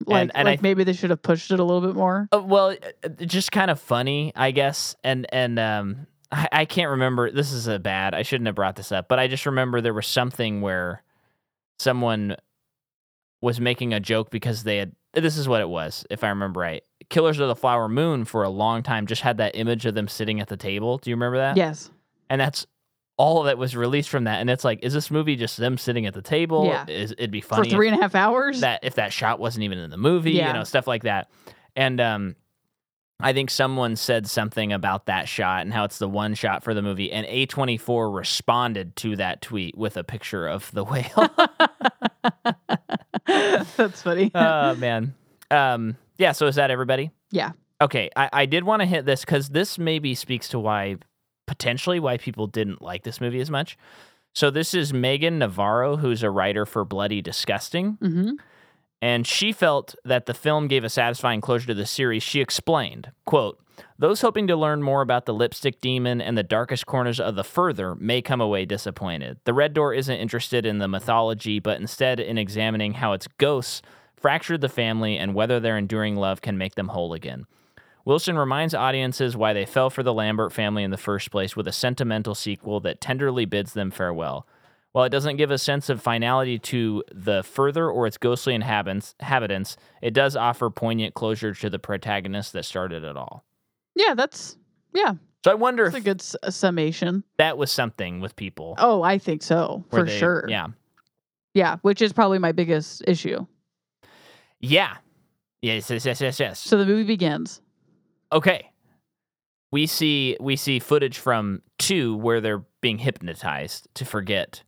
[SPEAKER 2] Like,
[SPEAKER 1] and I
[SPEAKER 2] like
[SPEAKER 1] th-
[SPEAKER 2] maybe they should have pushed it a little bit more.
[SPEAKER 1] Uh, well, it- it's just kind of funny, I guess. And and um, I, I can't remember. This is a bad. I shouldn't have brought this up, but I just remember there was something where someone was making a joke because they had. This is what it was, if I remember right. Killers of the Flower Moon for a long time just had that image of them sitting at the table. Do you remember that?
[SPEAKER 2] Yes.
[SPEAKER 1] And that's all that was released from that. And it's like, is this movie just them sitting at the table?
[SPEAKER 2] Yeah.
[SPEAKER 1] Is it'd be funny if-
[SPEAKER 2] For three and a half hours.
[SPEAKER 1] that if that shot wasn't even in the movie,
[SPEAKER 2] Yeah.
[SPEAKER 1] you know, stuff like that. And um I think someone said something about that shot and how it's the one shot for the movie and A24 responded to that tweet with a picture of the whale.
[SPEAKER 2] That's funny.
[SPEAKER 1] oh man. Um yeah, so is that everybody?
[SPEAKER 2] Yeah.
[SPEAKER 1] Okay, I, I did want to hit this because this maybe speaks to why potentially why people didn't like this movie as much. So this is Megan Navarro, who's a writer for Bloody Disgusting.
[SPEAKER 2] hmm
[SPEAKER 1] and she felt that the film gave a satisfying closure to the series she explained quote those hoping to learn more about the lipstick demon and the darkest corners of the further may come away disappointed the red door isn't interested in the mythology but instead in examining how its ghosts fractured the family and whether their enduring love can make them whole again Wilson reminds audiences why they fell for the Lambert family in the first place with a sentimental sequel that tenderly bids them farewell. While it doesn't give a sense of finality to the further or its ghostly inhabitants, inhabitants, it does offer poignant closure to the protagonist that started it all.
[SPEAKER 2] Yeah, that's yeah,
[SPEAKER 1] So I wonder
[SPEAKER 2] that's
[SPEAKER 1] if
[SPEAKER 2] a good s- summation.
[SPEAKER 1] that was something with people.
[SPEAKER 2] Oh, I think so
[SPEAKER 1] where
[SPEAKER 2] for
[SPEAKER 1] they-
[SPEAKER 2] sure.
[SPEAKER 1] Yeah.
[SPEAKER 2] yeah, which is probably my biggest issue.
[SPEAKER 1] Yeah. Yes, yes, yes, yes, yes.
[SPEAKER 2] So the movie begins.
[SPEAKER 1] okay. We see we see footage from two where they're being hypnotized to forget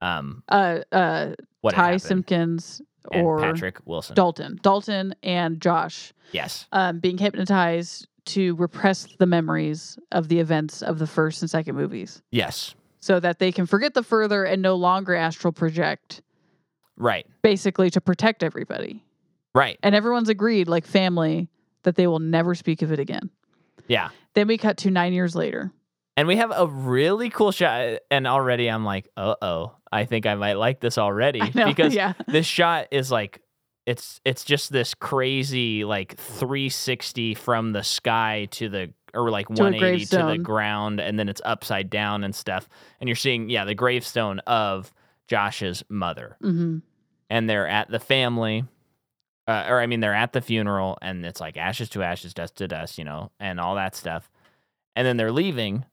[SPEAKER 1] um
[SPEAKER 2] Uh, uh,
[SPEAKER 1] what had
[SPEAKER 2] Ty
[SPEAKER 1] happened.
[SPEAKER 2] Simpkins
[SPEAKER 1] and
[SPEAKER 2] or
[SPEAKER 1] Patrick Wilson.
[SPEAKER 2] Dalton, Dalton and Josh
[SPEAKER 1] yes.
[SPEAKER 2] um, being hypnotized to repress the memories of the events of the first and second movies,
[SPEAKER 1] Yes.
[SPEAKER 2] so that they can forget the further and no longer astral project,
[SPEAKER 1] Right.
[SPEAKER 2] basically to protect everybody.
[SPEAKER 1] Right.
[SPEAKER 2] And everyone's agreed, like family, that they will never speak of it again.
[SPEAKER 1] Yeah.
[SPEAKER 2] Then we cut to nine years later.
[SPEAKER 1] And we have a really cool shot and already I'm like, "Uh-oh, I think I might like this already
[SPEAKER 2] I know,
[SPEAKER 1] because
[SPEAKER 2] yeah,
[SPEAKER 1] this shot is like it's it's just this crazy like 360 from the sky to the or like
[SPEAKER 2] a
[SPEAKER 1] 180 to the
[SPEAKER 2] gravestone.
[SPEAKER 1] ground and then it's upside down and stuff. And you're seeing yeah, the gravestone of Josh's mother.
[SPEAKER 2] hmm
[SPEAKER 1] and they're at the family, uh, or I mean, they're at the funeral, and it's like ashes to ashes, dust to dust, you know, and all that stuff. And then they're leaving,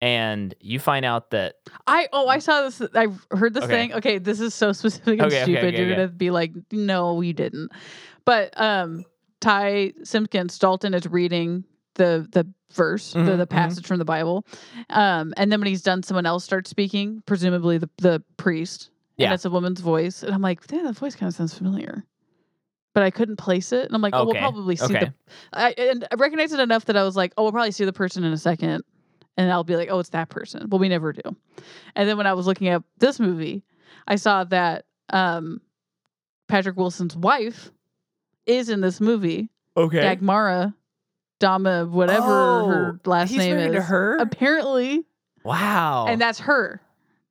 [SPEAKER 1] and you find out that
[SPEAKER 2] I oh I saw this. I heard this
[SPEAKER 1] Okay.
[SPEAKER 2] thing. Okay, this is so specific and
[SPEAKER 1] Okay, okay,
[SPEAKER 2] stupid.
[SPEAKER 1] okay,
[SPEAKER 2] You're
[SPEAKER 1] okay.
[SPEAKER 2] gonna be like, no, you didn't. But um, Ty Simpkins Dalton is reading the the verse, the,
[SPEAKER 1] Mhm,
[SPEAKER 2] the
[SPEAKER 1] mhm.
[SPEAKER 2] passage from the Bible, um, and then when he's done, someone else starts speaking, presumably the the priest.
[SPEAKER 1] Yeah.
[SPEAKER 2] And it's a woman's voice, and I'm like, damn, that voice kind of sounds familiar. But I couldn't place it, and I'm like, oh,
[SPEAKER 1] Okay,
[SPEAKER 2] we'll probably see
[SPEAKER 1] okay.
[SPEAKER 2] the. I, and I recognized it enough that I was like, oh, we'll probably see the person in a second, and I'll be like, oh, it's that person. Well, we never do. And then when I was looking up this movie, I saw that um, Patrick Wilson's wife is in this movie.
[SPEAKER 1] okay,
[SPEAKER 2] Dagmara Dama, whatever her last
[SPEAKER 1] Oh, he's
[SPEAKER 2] name
[SPEAKER 1] married
[SPEAKER 2] is.
[SPEAKER 1] to her. Oh.
[SPEAKER 2] Apparently.
[SPEAKER 1] wow,
[SPEAKER 2] And that's her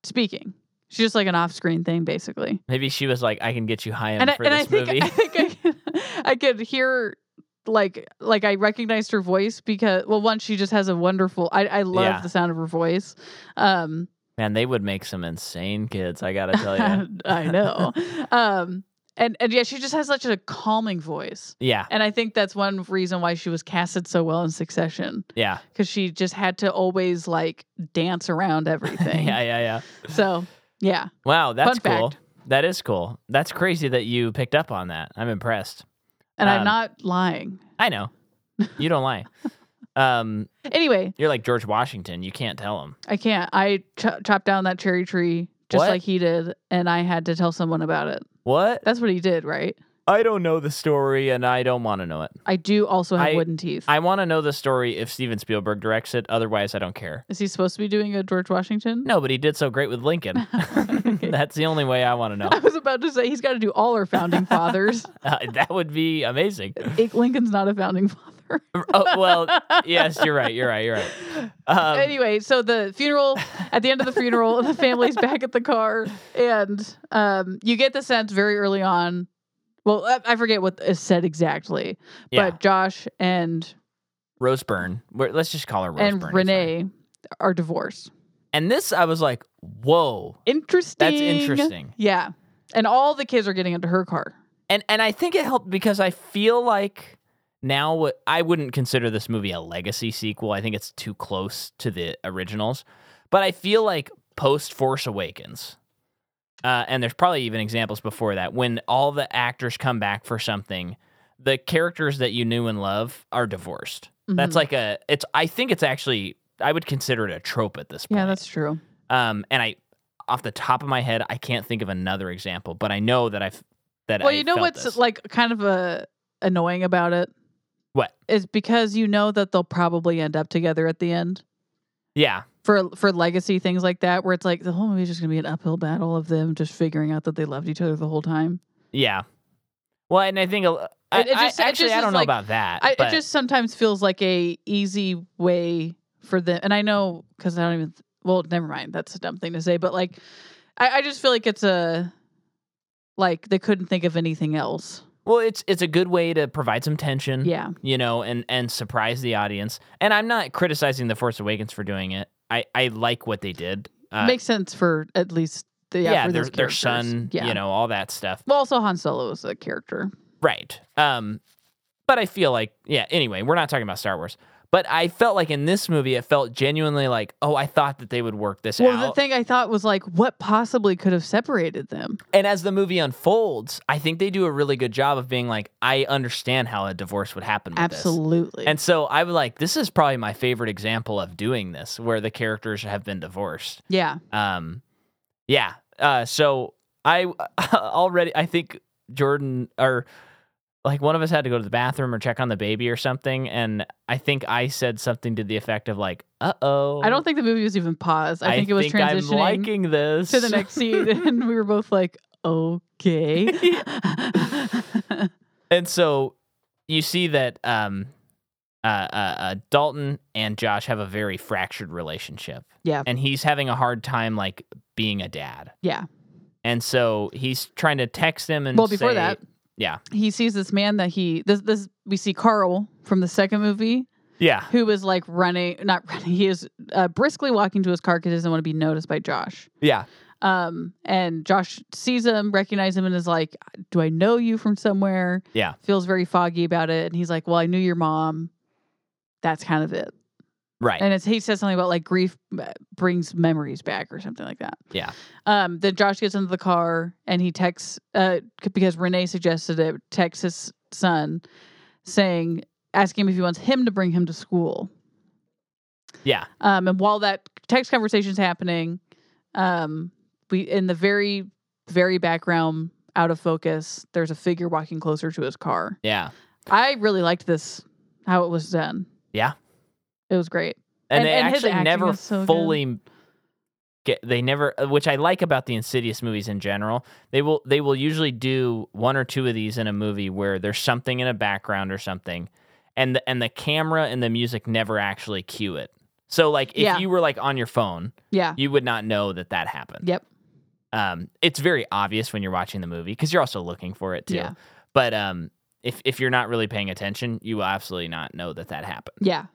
[SPEAKER 2] speaking. She's just like an off screen thing, basically.
[SPEAKER 1] maybe she was like, "I can get you high end
[SPEAKER 2] and I,
[SPEAKER 1] for
[SPEAKER 2] and I
[SPEAKER 1] this
[SPEAKER 2] think
[SPEAKER 1] movie."
[SPEAKER 2] I think I, could- I could hear like like I recognized her voice because well one she just has a wonderful I, I love
[SPEAKER 1] Yeah.
[SPEAKER 2] the sound of her voice. Um
[SPEAKER 1] Man, they would make some insane kids. I gotta tell you.
[SPEAKER 2] I know. um, and and yeah, she just has such a calming voice,
[SPEAKER 1] yeah,
[SPEAKER 2] and I think that's one reason why she was casted so well in Succession
[SPEAKER 1] yeah,
[SPEAKER 2] because she just had to always like dance around
[SPEAKER 1] yeah,
[SPEAKER 2] everything.
[SPEAKER 1] yeah, yeah.
[SPEAKER 2] So yeah,
[SPEAKER 1] Wow, that's
[SPEAKER 2] Fun
[SPEAKER 1] cool.
[SPEAKER 2] fact.
[SPEAKER 1] That is cool. That's crazy that you picked up on that. I'm impressed.
[SPEAKER 2] and
[SPEAKER 1] Um,
[SPEAKER 2] I'm not lying.
[SPEAKER 1] I know. You don't lie. Um,
[SPEAKER 2] Anyway,
[SPEAKER 1] You're like George Washington. You can't tell him.
[SPEAKER 2] I can't. I cho- chopped down that cherry tree just
[SPEAKER 1] What?
[SPEAKER 2] like he did, and I had to tell someone about it.
[SPEAKER 1] What?
[SPEAKER 2] That's what he did, right?
[SPEAKER 1] I don't know the story and I don't want to know it.
[SPEAKER 2] I do also have
[SPEAKER 1] I-
[SPEAKER 2] wooden teeth.
[SPEAKER 1] I want to know the story if Steven Spielberg directs it. Otherwise, I don't care.
[SPEAKER 2] Is he supposed to be doing a George Washington?
[SPEAKER 1] No, but he did so great with Lincoln.
[SPEAKER 2] Okay.
[SPEAKER 1] That's the only way I want to know.
[SPEAKER 2] I was about to say he's got to do all our founding fathers.
[SPEAKER 1] Uh, that would be amazing.
[SPEAKER 2] Lincoln's not a founding father. remember.
[SPEAKER 1] oh, well, yes, you're right. You're right. You're right. Um,
[SPEAKER 2] anyway, so the funeral at the end of the funeral, the family's back at the car, and um, you get the sense very early on. Well, I- I forget what is said exactly,
[SPEAKER 1] yeah.
[SPEAKER 2] but Josh and
[SPEAKER 1] Rose Byrne. We're- Let's just call her Rose
[SPEAKER 2] and
[SPEAKER 1] Byrne, it's fine.
[SPEAKER 2] Renee are divorced.
[SPEAKER 1] And this, I was like, whoa,
[SPEAKER 2] Interesting.
[SPEAKER 1] that's interesting.
[SPEAKER 2] Yeah, and all the kids are getting into her car.
[SPEAKER 1] And and I think it helped because I feel like now what I wouldn't consider this movie a legacy sequel. I think it's too close to the originals. But I feel like post Force Awakens, uh, and there's probably even examples before that when all the actors come back for something, the characters that you knew and love are divorced. That's
[SPEAKER 2] Mhm.
[SPEAKER 1] like a it's I think it's actually I would consider it a trope at this point.
[SPEAKER 2] yeah, that's true.
[SPEAKER 1] um and I off the top of my head I can't think of another example, but I know that I've that
[SPEAKER 2] Well,
[SPEAKER 1] I
[SPEAKER 2] you know
[SPEAKER 1] felt
[SPEAKER 2] what's
[SPEAKER 1] this.
[SPEAKER 2] like kind of a annoying about it.
[SPEAKER 1] What?
[SPEAKER 2] is because you know that they'll probably end up together at the end.
[SPEAKER 1] Yeah.
[SPEAKER 2] for for legacy things like that, where it's like the whole movie is just gonna be an uphill battle of them just figuring out that they loved each other the whole time.
[SPEAKER 1] Yeah. Well, and I think a, I,
[SPEAKER 2] It- it
[SPEAKER 1] I-
[SPEAKER 2] just- it
[SPEAKER 1] actually
[SPEAKER 2] just
[SPEAKER 1] I don't
[SPEAKER 2] is
[SPEAKER 1] know
[SPEAKER 2] like-
[SPEAKER 1] about that.
[SPEAKER 2] I,
[SPEAKER 1] but
[SPEAKER 2] it just sometimes feels like a easy way for them, and I know because I don't even. Well, never mind. That's a dumb thing to say, but like, I, I just feel like it's a like they couldn't think of anything else.
[SPEAKER 1] well, it's it's a good way to provide some tension.
[SPEAKER 2] Yeah,
[SPEAKER 1] you know, and and surprise the audience. And I'm not criticizing the Force Awakens for doing it. I I like what they did. Uh,
[SPEAKER 2] makes sense for at least the, yeah, for
[SPEAKER 1] their
[SPEAKER 2] those
[SPEAKER 1] their
[SPEAKER 2] characters.
[SPEAKER 1] son,
[SPEAKER 2] Yeah,
[SPEAKER 1] you know, all that stuff.
[SPEAKER 2] Well, also Han Solo is a character.
[SPEAKER 1] Right. Um, but I feel like, yeah, anyway, we're not talking about Star Wars. But I felt like in this movie, it felt genuinely like, oh, I thought that they would work this
[SPEAKER 2] Well,
[SPEAKER 1] out.
[SPEAKER 2] the thing I thought was like, what possibly could have separated them?
[SPEAKER 1] and as the movie unfolds, I think they do a really good job of being like, I understand how a divorce would happen. With this.
[SPEAKER 2] Absolutely.
[SPEAKER 1] And so I was like, this is probably my favorite example of doing this, where the characters have been divorced.
[SPEAKER 2] yeah.
[SPEAKER 1] Um, yeah. Uh, so I already, I think Jordan or like one of us had to go to the bathroom or check on the baby or something, and I think I said something to the effect of like, "Uh oh."
[SPEAKER 2] I don't think the movie was even paused. I think it was
[SPEAKER 1] I'm
[SPEAKER 2] transitioning
[SPEAKER 1] liking this
[SPEAKER 2] to the next scene, and we were both like, "Okay."
[SPEAKER 1] And so you see that um, uh, uh, uh, Dalton and Josh have a very fractured relationship.
[SPEAKER 2] Yeah.
[SPEAKER 1] And he's having a hard time like being a dad.
[SPEAKER 2] Yeah.
[SPEAKER 1] And so he's trying to text him and
[SPEAKER 2] well, before
[SPEAKER 1] say-
[SPEAKER 2] that,
[SPEAKER 1] yeah.
[SPEAKER 2] he sees this man that he this this we see Carl from the second movie
[SPEAKER 1] yeah,
[SPEAKER 2] who is like running, not running. He is uh, briskly walking to his car because he doesn't want to be noticed by Josh.
[SPEAKER 1] yeah,
[SPEAKER 2] Um, and Josh sees him, recognizes him, and is like, "Do I know you from somewhere?"
[SPEAKER 1] Yeah.
[SPEAKER 2] feels very foggy about it, and he's like, "Well, I knew your mom." That's kind of it.
[SPEAKER 1] right.
[SPEAKER 2] And it's he says something about like grief b- brings memories back or something like that.
[SPEAKER 1] Yeah.
[SPEAKER 2] Um. Then Josh gets into the car and he texts uh c- because Renee suggested it. Texts his son, saying asking him if he wants him to bring him to school.
[SPEAKER 1] yeah.
[SPEAKER 2] Um. And while that text conversation's happening, um, we in the very very background out of focus, there's a figure walking closer to his car.
[SPEAKER 1] Yeah.
[SPEAKER 2] I really liked this how it was done.
[SPEAKER 1] Yeah.
[SPEAKER 2] It was great.
[SPEAKER 1] And,
[SPEAKER 2] And-
[SPEAKER 1] they
[SPEAKER 2] and his
[SPEAKER 1] actually
[SPEAKER 2] acting
[SPEAKER 1] never
[SPEAKER 2] is so good.
[SPEAKER 1] fully get they never uh, which I like about the Insidious movies in general. They will they will usually do one or two of these in a movie where there's something in a background or something and the, and the camera and the music never actually cue it. So like if
[SPEAKER 2] Yeah.
[SPEAKER 1] you were like on your phone,
[SPEAKER 2] Yeah.
[SPEAKER 1] you would not know that that happened.
[SPEAKER 2] Yep.
[SPEAKER 1] Um it's very obvious when you're watching the movie cuz you're also looking for it too.
[SPEAKER 2] Yeah.
[SPEAKER 1] But um if if you're not really paying attention, you will absolutely not know that that happened.
[SPEAKER 2] Yeah.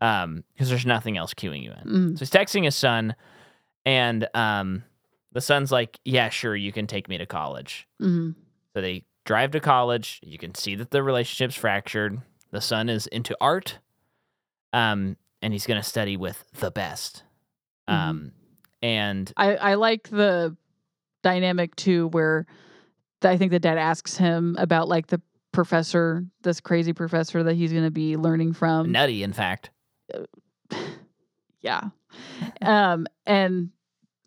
[SPEAKER 1] Um cuz there's nothing else cueing you in.
[SPEAKER 2] Mm.
[SPEAKER 1] So he's texting his son, and um, the son's like, "Yeah, sure, you can take me to college."
[SPEAKER 2] Mm.
[SPEAKER 1] So they drive to college. You can see that the relationship's fractured. The son is into art, um, and he's going to study with the best.
[SPEAKER 2] Mm-hmm.
[SPEAKER 1] Um, and
[SPEAKER 2] I, I like the dynamic too, where th- I think the dad asks him about like the professor, this crazy professor that he's going to be learning from.
[SPEAKER 1] nutty, in fact.
[SPEAKER 2] Yeah. um, and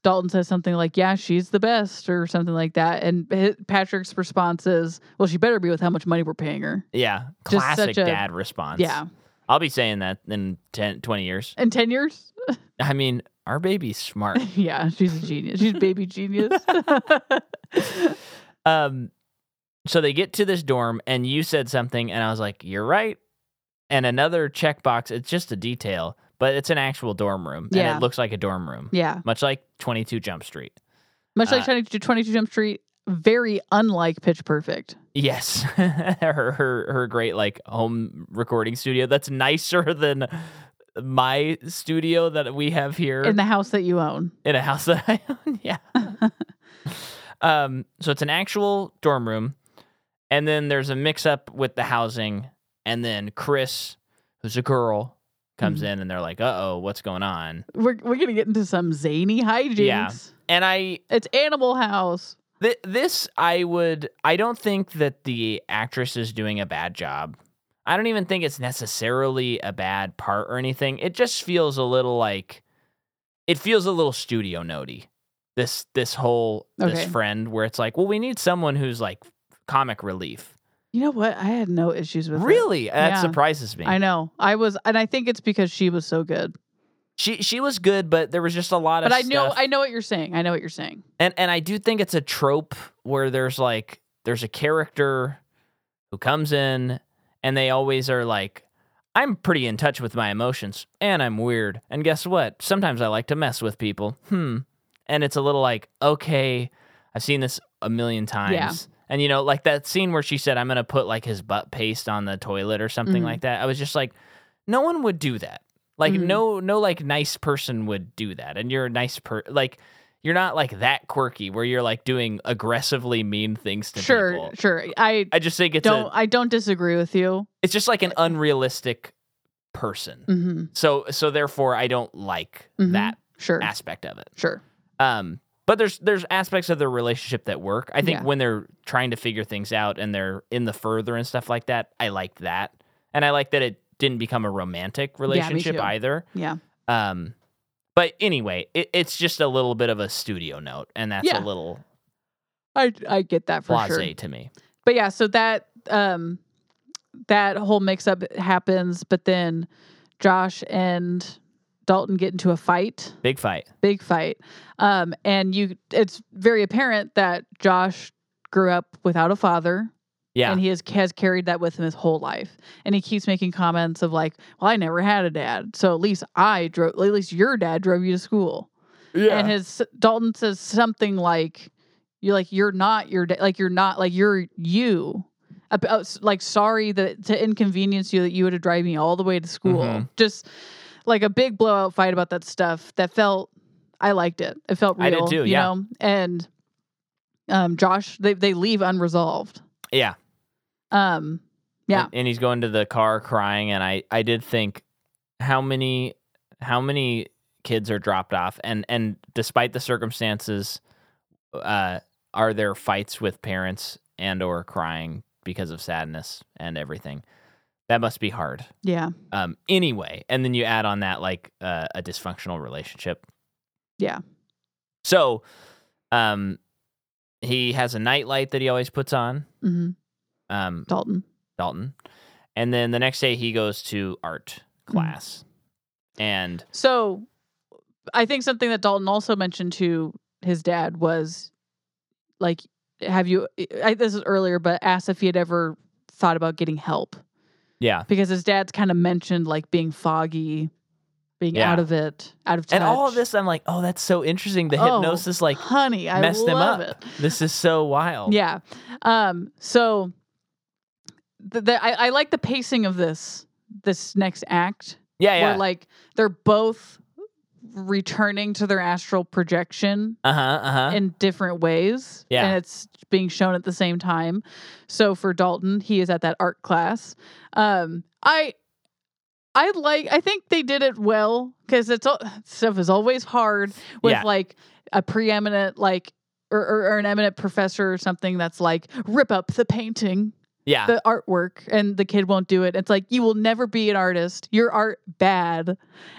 [SPEAKER 2] Dalton says something like, "Yeah, she's the best," or something like that. And hi- Patrick's response is, "Well, she better be with how much money we're paying her."
[SPEAKER 1] Yeah,
[SPEAKER 2] Just
[SPEAKER 1] classic
[SPEAKER 2] such a-
[SPEAKER 1] dad response.
[SPEAKER 2] Yeah.
[SPEAKER 1] I'll be saying that in 10, 20 years.
[SPEAKER 2] In ten years,
[SPEAKER 1] I mean, our baby's smart.
[SPEAKER 2] yeah, she's a genius. She's baby genius.
[SPEAKER 1] Um, so they get to this dorm, and you said something, and I was like, "You're right." and another checkbox. It's just a detail, but it's an actual dorm room, and
[SPEAKER 2] Yeah.
[SPEAKER 1] it looks like a dorm room,
[SPEAKER 2] Yeah.
[SPEAKER 1] much like 22 Jump Street.
[SPEAKER 2] Much like
[SPEAKER 1] Uh,
[SPEAKER 2] 22, 22 Jump Street, very unlike Pitch Perfect.
[SPEAKER 1] Yes, her, her her great like home recording studio. That's nicer than my studio that we have here
[SPEAKER 2] In the house that you own.
[SPEAKER 1] in a house that I own. Yeah. um, so it's an actual dorm room, and then there's a mix up with the housing, and then Chris, who's a girl, comes in, and they're like, "Uh oh, what's going on?"
[SPEAKER 2] We're, we're going to get into some zany hijinks.
[SPEAKER 1] Yeah. And I
[SPEAKER 2] It's Animal House.
[SPEAKER 1] Th- this I would I don't think that the actress is doing a bad job. I don't even think it's necessarily a bad part or anything. It just feels a little like it feels a little studio notey. This this whole this
[SPEAKER 2] Okay.
[SPEAKER 1] friend where it's like, well, we need someone who's like comic relief.
[SPEAKER 2] You know what? I had no issues with it.
[SPEAKER 1] Really, that
[SPEAKER 2] Yeah.
[SPEAKER 1] surprises me.
[SPEAKER 2] I know. I was, and I think it's because she was so good.
[SPEAKER 1] She she was good, but there was just a lot of.
[SPEAKER 2] But I know,
[SPEAKER 1] stuff-
[SPEAKER 2] I know what you're saying. I know what you're saying.
[SPEAKER 1] and and I do think it's a trope where there's like there's a character who comes in and they always are like I'm pretty in touch with my emotions and I'm weird and guess what sometimes I like to mess with people hmm and it's a little like okay I've seen this a million times
[SPEAKER 2] Yeah.
[SPEAKER 1] and you know like that scene where she said I'm going to put like his butt paste on the toilet or something
[SPEAKER 2] Mhm.
[SPEAKER 1] like that I was just like no one would do that like
[SPEAKER 2] Mhm.
[SPEAKER 1] no no like nice person would do that and you're a nice per like you're not like that quirky where you're like doing aggressively mean things to
[SPEAKER 2] Sure,
[SPEAKER 1] people.
[SPEAKER 2] sure. I
[SPEAKER 1] I just think it's
[SPEAKER 2] don't,
[SPEAKER 1] a
[SPEAKER 2] I don't disagree with you.
[SPEAKER 1] it's just like an unrealistic person.
[SPEAKER 2] hmm
[SPEAKER 1] So so therefore I don't like
[SPEAKER 2] Mhm.
[SPEAKER 1] that
[SPEAKER 2] Sure,
[SPEAKER 1] aspect of it.
[SPEAKER 2] sure.
[SPEAKER 1] Um but there's there's aspects of their relationship that work. I think
[SPEAKER 2] Yeah.
[SPEAKER 1] when they're trying to figure things out and they're in the further and stuff like that, I like that. And I like that it didn't become a romantic relationship
[SPEAKER 2] too.
[SPEAKER 1] either.
[SPEAKER 2] Yeah.
[SPEAKER 1] Um but anyway, it, it's just a little bit of a studio note and that's
[SPEAKER 2] Yeah.
[SPEAKER 1] a little
[SPEAKER 2] I, I get that for
[SPEAKER 1] blase
[SPEAKER 2] sure.
[SPEAKER 1] to me.
[SPEAKER 2] but yeah so that um that whole mix up happens but then josh and dalton get into a fight
[SPEAKER 1] Big fight.
[SPEAKER 2] big fight um and you it's very apparent that josh grew up without a father
[SPEAKER 1] Yeah.
[SPEAKER 2] and he has, has carried that with him his whole life and he keeps making comments of like well i never had a dad so at least i drove at least your dad drove you to school and his Dalton says something like, "You're like you're not your da- like you're not like you're you." About s- like sorry that to inconvenience you that you had to drive me all the way to school.
[SPEAKER 1] Mhm.
[SPEAKER 2] Just like a big blowout fight about that stuff that felt I liked it. It felt real.
[SPEAKER 1] I did too,
[SPEAKER 2] You
[SPEAKER 1] yeah.
[SPEAKER 2] know? And um Josh they they leave unresolved.
[SPEAKER 1] yeah.
[SPEAKER 2] Um yeah.
[SPEAKER 1] And, and he's going to the car crying and I I did think how many how many kids are dropped off and and despite the circumstances uh are there fights with parents and or crying because of sadness and everything. That must be hard.
[SPEAKER 2] Yeah.
[SPEAKER 1] Um anyway, and then you add on that like uh, a dysfunctional relationship.
[SPEAKER 2] Yeah.
[SPEAKER 1] So um he has a nightlight that he always puts on.
[SPEAKER 2] hmm
[SPEAKER 1] Um
[SPEAKER 2] Dalton.
[SPEAKER 1] Dalton. And then the next day he goes to art
[SPEAKER 2] Hmm.
[SPEAKER 1] class. And
[SPEAKER 2] So I think something that Dalton also mentioned to his dad was like, have you, I, this is earlier, but asked if he had ever thought about getting help
[SPEAKER 1] yeah.
[SPEAKER 2] because his dad's kind of mentioned like being foggy, being
[SPEAKER 1] Yeah.
[SPEAKER 2] out of it, out of touch.
[SPEAKER 1] And all of this I'm like, oh, that's so interesting. The
[SPEAKER 2] Oh,
[SPEAKER 1] hypnosis like
[SPEAKER 2] honey, I
[SPEAKER 1] messed him
[SPEAKER 2] love
[SPEAKER 1] up.
[SPEAKER 2] it.
[SPEAKER 1] this is so wild.
[SPEAKER 2] Yeah. Um, so the, the, I, I like the pacing of this, this next act
[SPEAKER 1] Yeah, yeah.
[SPEAKER 2] where like they're both returning to their astral projection
[SPEAKER 1] uh-huh, uh-huh.
[SPEAKER 2] in different ways.
[SPEAKER 1] Yeah.
[SPEAKER 2] And it's being shown at the same time. So for Dalton, he is at that art class. Um, I I like I think they did it well because it's all stuff is always hard with
[SPEAKER 1] Yeah.
[SPEAKER 2] like a preeminent like or, or, or an eminent professor or something that's like rip up the painting,
[SPEAKER 1] yeah.
[SPEAKER 2] the artwork, and the kid won't do it. It's like you will never be an artist. Your art bad,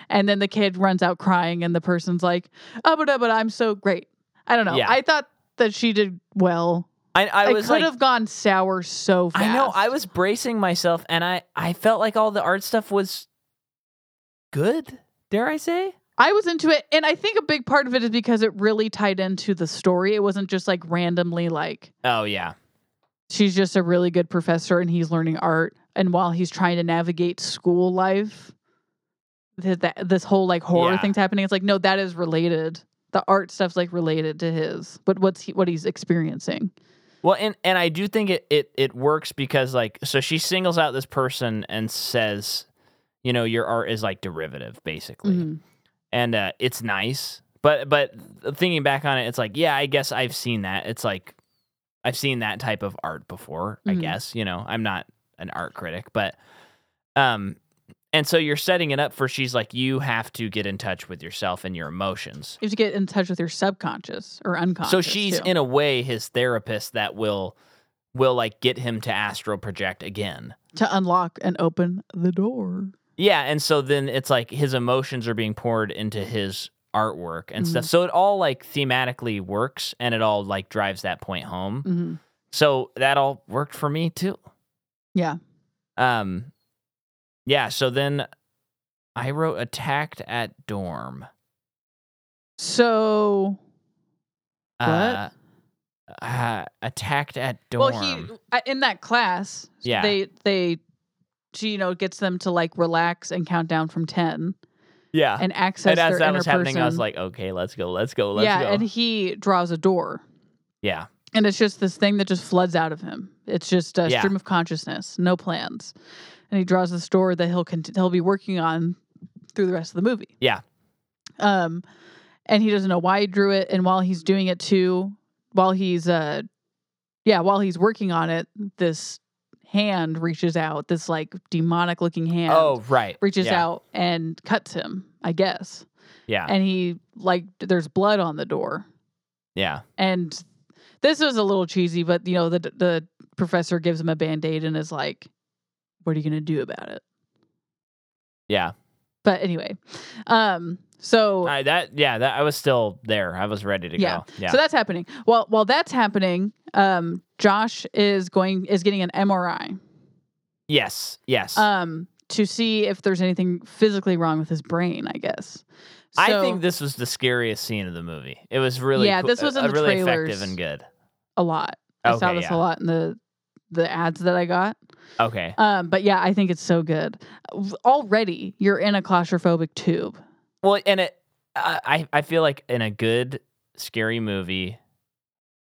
[SPEAKER 2] and then the kid runs out crying, and the person's like, "Oh, but, uh, but I'm so great." I don't know.
[SPEAKER 1] Yeah.
[SPEAKER 2] I thought that she did well.
[SPEAKER 1] I, I
[SPEAKER 2] I,
[SPEAKER 1] was
[SPEAKER 2] could
[SPEAKER 1] like
[SPEAKER 2] have gone sour so fast.
[SPEAKER 1] I know, I was bracing myself and I I felt like all the art stuff was good, dare I say?
[SPEAKER 2] I was into it, and I think a big part of it is because it really tied into the story. It wasn't just like randomly like
[SPEAKER 1] Oh yeah.
[SPEAKER 2] she's just a really good professor and he's learning art and while he's trying to navigate school life th- that this whole like horror
[SPEAKER 1] Yeah.
[SPEAKER 2] thing's happening it's like no that is related the art stuff's like related to his but what's he, what he's experiencing
[SPEAKER 1] Well, and and I do think it it it works because like so she singles out this person and says, you know, your art is like derivative basically,
[SPEAKER 2] Mhm.
[SPEAKER 1] and uh, it's nice. But but thinking back on it, it's like yeah, I guess I've seen that. It's like I've seen that type of art before. I
[SPEAKER 2] Mhm.
[SPEAKER 1] guess you know I'm not an art critic, but um, and so you're setting it up for she's like you have to get in touch with yourself and your emotions.
[SPEAKER 2] you have to get in touch with your subconscious or unconscious
[SPEAKER 1] So she's
[SPEAKER 2] too.
[SPEAKER 1] in a way his therapist that will will like get him to astral project again.
[SPEAKER 2] to unlock and open the door
[SPEAKER 1] Yeah, and so then it's like his emotions are being poured into his artwork and
[SPEAKER 2] Mm.
[SPEAKER 1] stuff. So it all like thematically works and it all like drives that point home.
[SPEAKER 2] Mhm.
[SPEAKER 1] So that all worked for me too.
[SPEAKER 2] yeah
[SPEAKER 1] Um yeah, so then I wrote attacked at dorm.
[SPEAKER 2] so What?
[SPEAKER 1] Uh, uh, attacked at dorm.
[SPEAKER 2] Well, he I- in that class,
[SPEAKER 1] Yeah.
[SPEAKER 2] they they she you know gets them to like relax and count down from ten
[SPEAKER 1] yeah.
[SPEAKER 2] and access
[SPEAKER 1] and as
[SPEAKER 2] their
[SPEAKER 1] that
[SPEAKER 2] inner
[SPEAKER 1] was happening, I was
[SPEAKER 2] person.
[SPEAKER 1] like, okay, let's go, let's go, let's
[SPEAKER 2] yeah,
[SPEAKER 1] go.
[SPEAKER 2] and he draws a door,
[SPEAKER 1] yeah.
[SPEAKER 2] and it's just this thing that just floods out of him. It's just a
[SPEAKER 1] Yeah.
[SPEAKER 2] stream of consciousness, no plans, and he draws this door that he'll cont- he'll be working on through the rest of the movie.
[SPEAKER 1] Yeah.
[SPEAKER 2] um, and he doesn't know why he drew it, and while he's doing it too, while he's uh, yeah, while he's working on it, this hand reaches out, this like demonic looking hand
[SPEAKER 1] Oh, right.
[SPEAKER 2] reaches
[SPEAKER 1] Yeah.
[SPEAKER 2] out and cuts him, I guess.
[SPEAKER 1] Yeah.
[SPEAKER 2] And he like there's blood on the door.
[SPEAKER 1] yeah.
[SPEAKER 2] And this was a little cheesy, but you know, the the professor gives him a band-aid and is like, What are you gonna do about it?
[SPEAKER 1] Yeah.
[SPEAKER 2] But anyway. Um, so
[SPEAKER 1] I, that. Yeah. That. I was still there. I was ready to
[SPEAKER 2] Yeah.
[SPEAKER 1] go. Uh, Yeah.
[SPEAKER 2] so that's happening. While while that's happening, um, Josh is going is getting an MRI
[SPEAKER 1] yes. Yes.
[SPEAKER 2] um to see if there's anything physically wrong with his brain, I guess.
[SPEAKER 1] I
[SPEAKER 2] So-
[SPEAKER 1] think this was the scariest scene of the movie. It was really
[SPEAKER 2] Yeah,
[SPEAKER 1] cool-
[SPEAKER 2] this was in
[SPEAKER 1] uh,
[SPEAKER 2] the
[SPEAKER 1] really
[SPEAKER 2] trailers.
[SPEAKER 1] effective and good.
[SPEAKER 2] a lot. I
[SPEAKER 1] Okay,
[SPEAKER 2] saw this
[SPEAKER 1] yeah.
[SPEAKER 2] a lot in the the ads that I got.
[SPEAKER 1] Okay.
[SPEAKER 2] Um, but yeah, I think it's so good. Already, you're in a claustrophobic tube.
[SPEAKER 1] Well, and it, I, I I feel like in a good scary movie,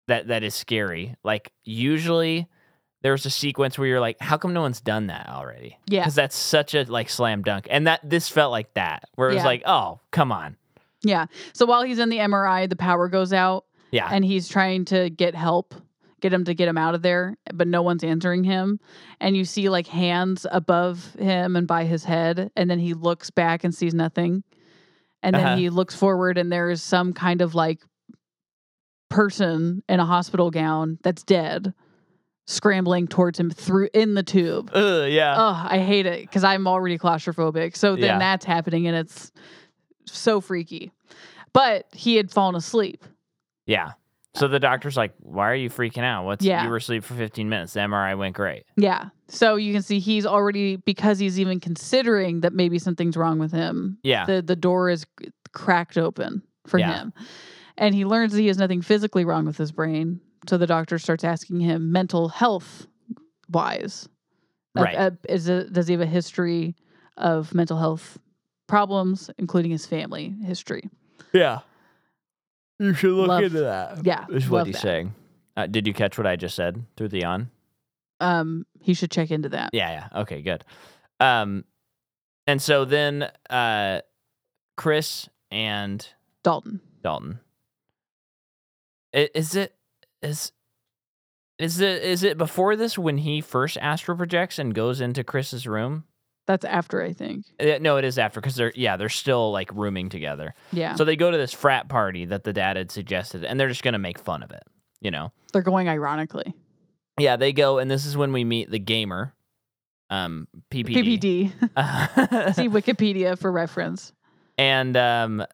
[SPEAKER 1] that that is scary. Like usually, there's a sequence where you're like, how come no one's done that already?
[SPEAKER 2] Yeah.
[SPEAKER 1] because that's such a like slam dunk, and that this felt like that, where it was
[SPEAKER 2] Yeah.
[SPEAKER 1] like, oh come on,
[SPEAKER 2] Yeah. So while he's in the MRI, the power goes out,
[SPEAKER 1] yeah,
[SPEAKER 2] and he's trying to get help, get him to get him out of there, but no one's answering him. And you see like hands above him and by his head, and then he looks back and sees nothing, and then
[SPEAKER 1] Uh-huh.
[SPEAKER 2] he looks forward, and there is some kind of like person in a hospital gown that's dead, scrambling towards him through in the tube.
[SPEAKER 1] Ugh, yeah,
[SPEAKER 2] Oh, I hate it because I'm already claustrophobic. So then
[SPEAKER 1] Yeah.
[SPEAKER 2] that's happening and it's so freaky. But he had fallen asleep.
[SPEAKER 1] yeah. So the doctor's like, why are you freaking out? What's
[SPEAKER 2] Yeah.
[SPEAKER 1] you were asleep for 15 minutes? The MRI went great.
[SPEAKER 2] Yeah. So you can see he's already because he's even considering that maybe something's wrong with him.
[SPEAKER 1] Yeah,
[SPEAKER 2] The the door is cracked open for
[SPEAKER 1] Yeah.
[SPEAKER 2] him. And he learns that he has nothing physically wrong with his brain. So the doctor starts asking him mental health wise. Of-
[SPEAKER 1] Right.
[SPEAKER 2] of- is it, does he have a history of mental health problems, including his family history?
[SPEAKER 1] yeah. You should
[SPEAKER 2] look Love- into
[SPEAKER 1] that.
[SPEAKER 2] yeah,
[SPEAKER 1] is what
[SPEAKER 2] love
[SPEAKER 1] he's
[SPEAKER 2] that.
[SPEAKER 1] saying. Uh, did you catch what I just said through the on?
[SPEAKER 2] um he should check into that
[SPEAKER 1] Yeah, yeah. Okay, good. Um and so then uh Chris and
[SPEAKER 2] dalton
[SPEAKER 1] Dalton. I- Is it is is it is it before this when he first astral projects and goes into Chris's room?
[SPEAKER 2] that's after i think
[SPEAKER 1] Uh, No, it is after because they're yeah they're still like rooming together.
[SPEAKER 2] yeah
[SPEAKER 1] So they go to this frat party that the dad had suggested, and they're just gonna make fun of it, you know.
[SPEAKER 2] they're going ironically
[SPEAKER 1] Yeah, they go, and this is when we meet the gamer, um, PPD.
[SPEAKER 2] ppd see wikipedia for reference
[SPEAKER 1] and um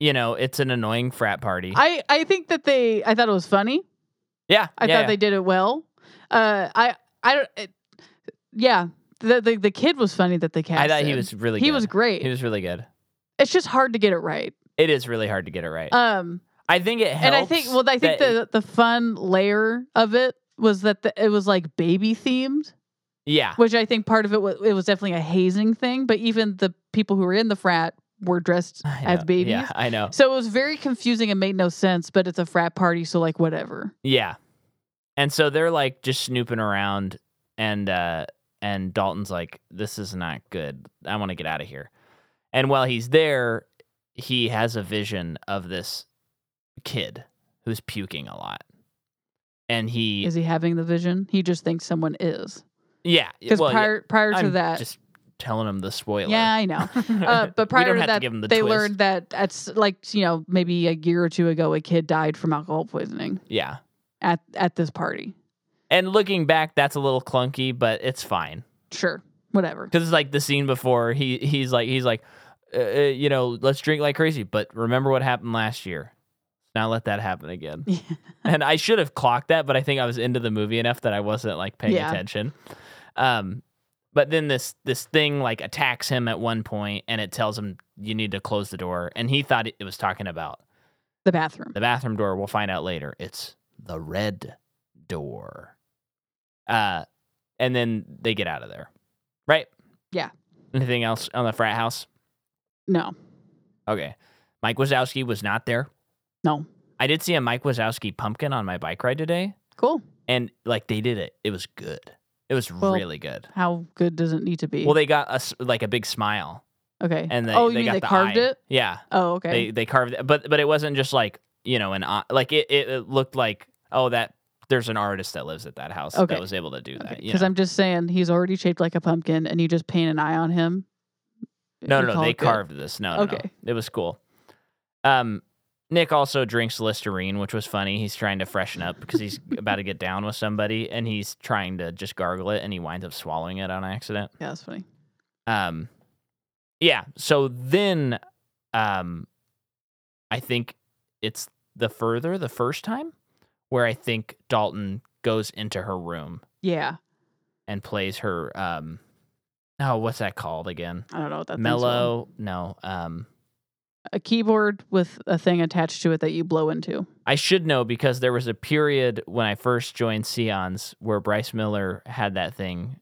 [SPEAKER 1] you know it's an annoying frat party
[SPEAKER 2] i i think that they i thought it was funny
[SPEAKER 1] yeah
[SPEAKER 2] i
[SPEAKER 1] yeah,
[SPEAKER 2] thought they did it well uh i i don't it, yeah the, the the kid was funny that they
[SPEAKER 1] yeah.
[SPEAKER 2] cast
[SPEAKER 1] i thought he was really
[SPEAKER 2] he
[SPEAKER 1] good.
[SPEAKER 2] was great
[SPEAKER 1] he was really good
[SPEAKER 2] it's just hard to get it right
[SPEAKER 1] it is really hard to get it right
[SPEAKER 2] um
[SPEAKER 1] i think it helps
[SPEAKER 2] and i think well i think
[SPEAKER 1] that
[SPEAKER 2] the the fun layer of it was that the, it was like baby themed,
[SPEAKER 1] Yeah.
[SPEAKER 2] which I think part of it was it was definitely a hazing thing. But even the people who were in the frat were dressed
[SPEAKER 1] I
[SPEAKER 2] as
[SPEAKER 1] know.
[SPEAKER 2] babies.
[SPEAKER 1] Yeah, I know.
[SPEAKER 2] So it was very confusing and made no sense, but it's a frat party, so like whatever.
[SPEAKER 1] Yeah. And so they're like just snooping around and uh and Dalton's like, This is not good. I want to get out of here. And while he's there, he has a vision of this kid who's puking a lot. And he
[SPEAKER 2] Is he having the vision? He just thinks someone is.
[SPEAKER 1] Yeah.
[SPEAKER 2] Because
[SPEAKER 1] well, yeah,
[SPEAKER 2] prior prior to
[SPEAKER 1] I'm
[SPEAKER 2] that,
[SPEAKER 1] just telling him the spoiler.
[SPEAKER 2] yeah, I know. Uh, but
[SPEAKER 1] We
[SPEAKER 2] prior
[SPEAKER 1] don't
[SPEAKER 2] to
[SPEAKER 1] have
[SPEAKER 2] that,
[SPEAKER 1] give him the
[SPEAKER 2] they
[SPEAKER 1] twist.
[SPEAKER 2] learned that that's like you know maybe a year or two ago, a kid died from alcohol poisoning
[SPEAKER 1] Yeah.
[SPEAKER 2] at at this party.
[SPEAKER 1] And looking back, that's a little clunky, but it's fine.
[SPEAKER 2] Sure, whatever.
[SPEAKER 1] because it's like the scene before he he's like he's like uh, uh, you know let's drink like crazy but remember what happened last year now let that happen again
[SPEAKER 2] Yeah.
[SPEAKER 1] and i should have clocked that but i think i was into the movie enough that i wasn't like paying
[SPEAKER 2] Yeah.
[SPEAKER 1] attention um but then this this thing like attacks him at one point and it tells him you need to close the door and he thought it was talking about
[SPEAKER 2] The bathroom.
[SPEAKER 1] the bathroom door we'll find out later it's the red door uh and then they get out of there right
[SPEAKER 2] Yeah.
[SPEAKER 1] anything else on the frat house
[SPEAKER 2] No,
[SPEAKER 1] okay mike wazowski was not there
[SPEAKER 2] no.
[SPEAKER 1] i did see a mike wazowski pumpkin on my bike ride today
[SPEAKER 2] Cool.
[SPEAKER 1] and like they did it it was good it was
[SPEAKER 2] Well,
[SPEAKER 1] really good
[SPEAKER 2] How good does it need to be?
[SPEAKER 1] well they got us like a big smile
[SPEAKER 2] okay.
[SPEAKER 1] and they,
[SPEAKER 2] oh, you
[SPEAKER 1] they
[SPEAKER 2] mean
[SPEAKER 1] got
[SPEAKER 2] they
[SPEAKER 1] the
[SPEAKER 2] carved
[SPEAKER 1] eye.
[SPEAKER 2] it?
[SPEAKER 1] yeah
[SPEAKER 2] Oh, okay.
[SPEAKER 1] They they carved it, but but it wasn't just like you know an art- like it, it, it looked like oh that there's an artist that lives at that house
[SPEAKER 2] Okay.
[SPEAKER 1] that was able to do that. you
[SPEAKER 2] Because
[SPEAKER 1] know.
[SPEAKER 2] I'm just saying he's already shaped like a pumpkin, and you just paint an eye on him.
[SPEAKER 1] no
[SPEAKER 2] You
[SPEAKER 1] no no
[SPEAKER 2] call
[SPEAKER 1] they
[SPEAKER 2] it good.
[SPEAKER 1] carved this no no
[SPEAKER 2] Okay.
[SPEAKER 1] no it was cool. Um, Nick also drinks Listerine, which was funny. He's trying to freshen up because he's about to get down with somebody, and he's trying to just gargle it, and he winds up swallowing it on accident.
[SPEAKER 2] Yeah, that's funny.
[SPEAKER 1] Um, yeah. So then, um, I think it's the further the first time where I think Dalton goes into her room
[SPEAKER 2] Yeah,
[SPEAKER 1] and plays her. Um, oh, what's that called again?
[SPEAKER 2] I don't know what that thing's called.
[SPEAKER 1] Mellow? No. Um,
[SPEAKER 2] A keyboard with a thing attached to it that you blow into.
[SPEAKER 1] I should know because there was a period when I first joined Seons where Bryce Miller had that thing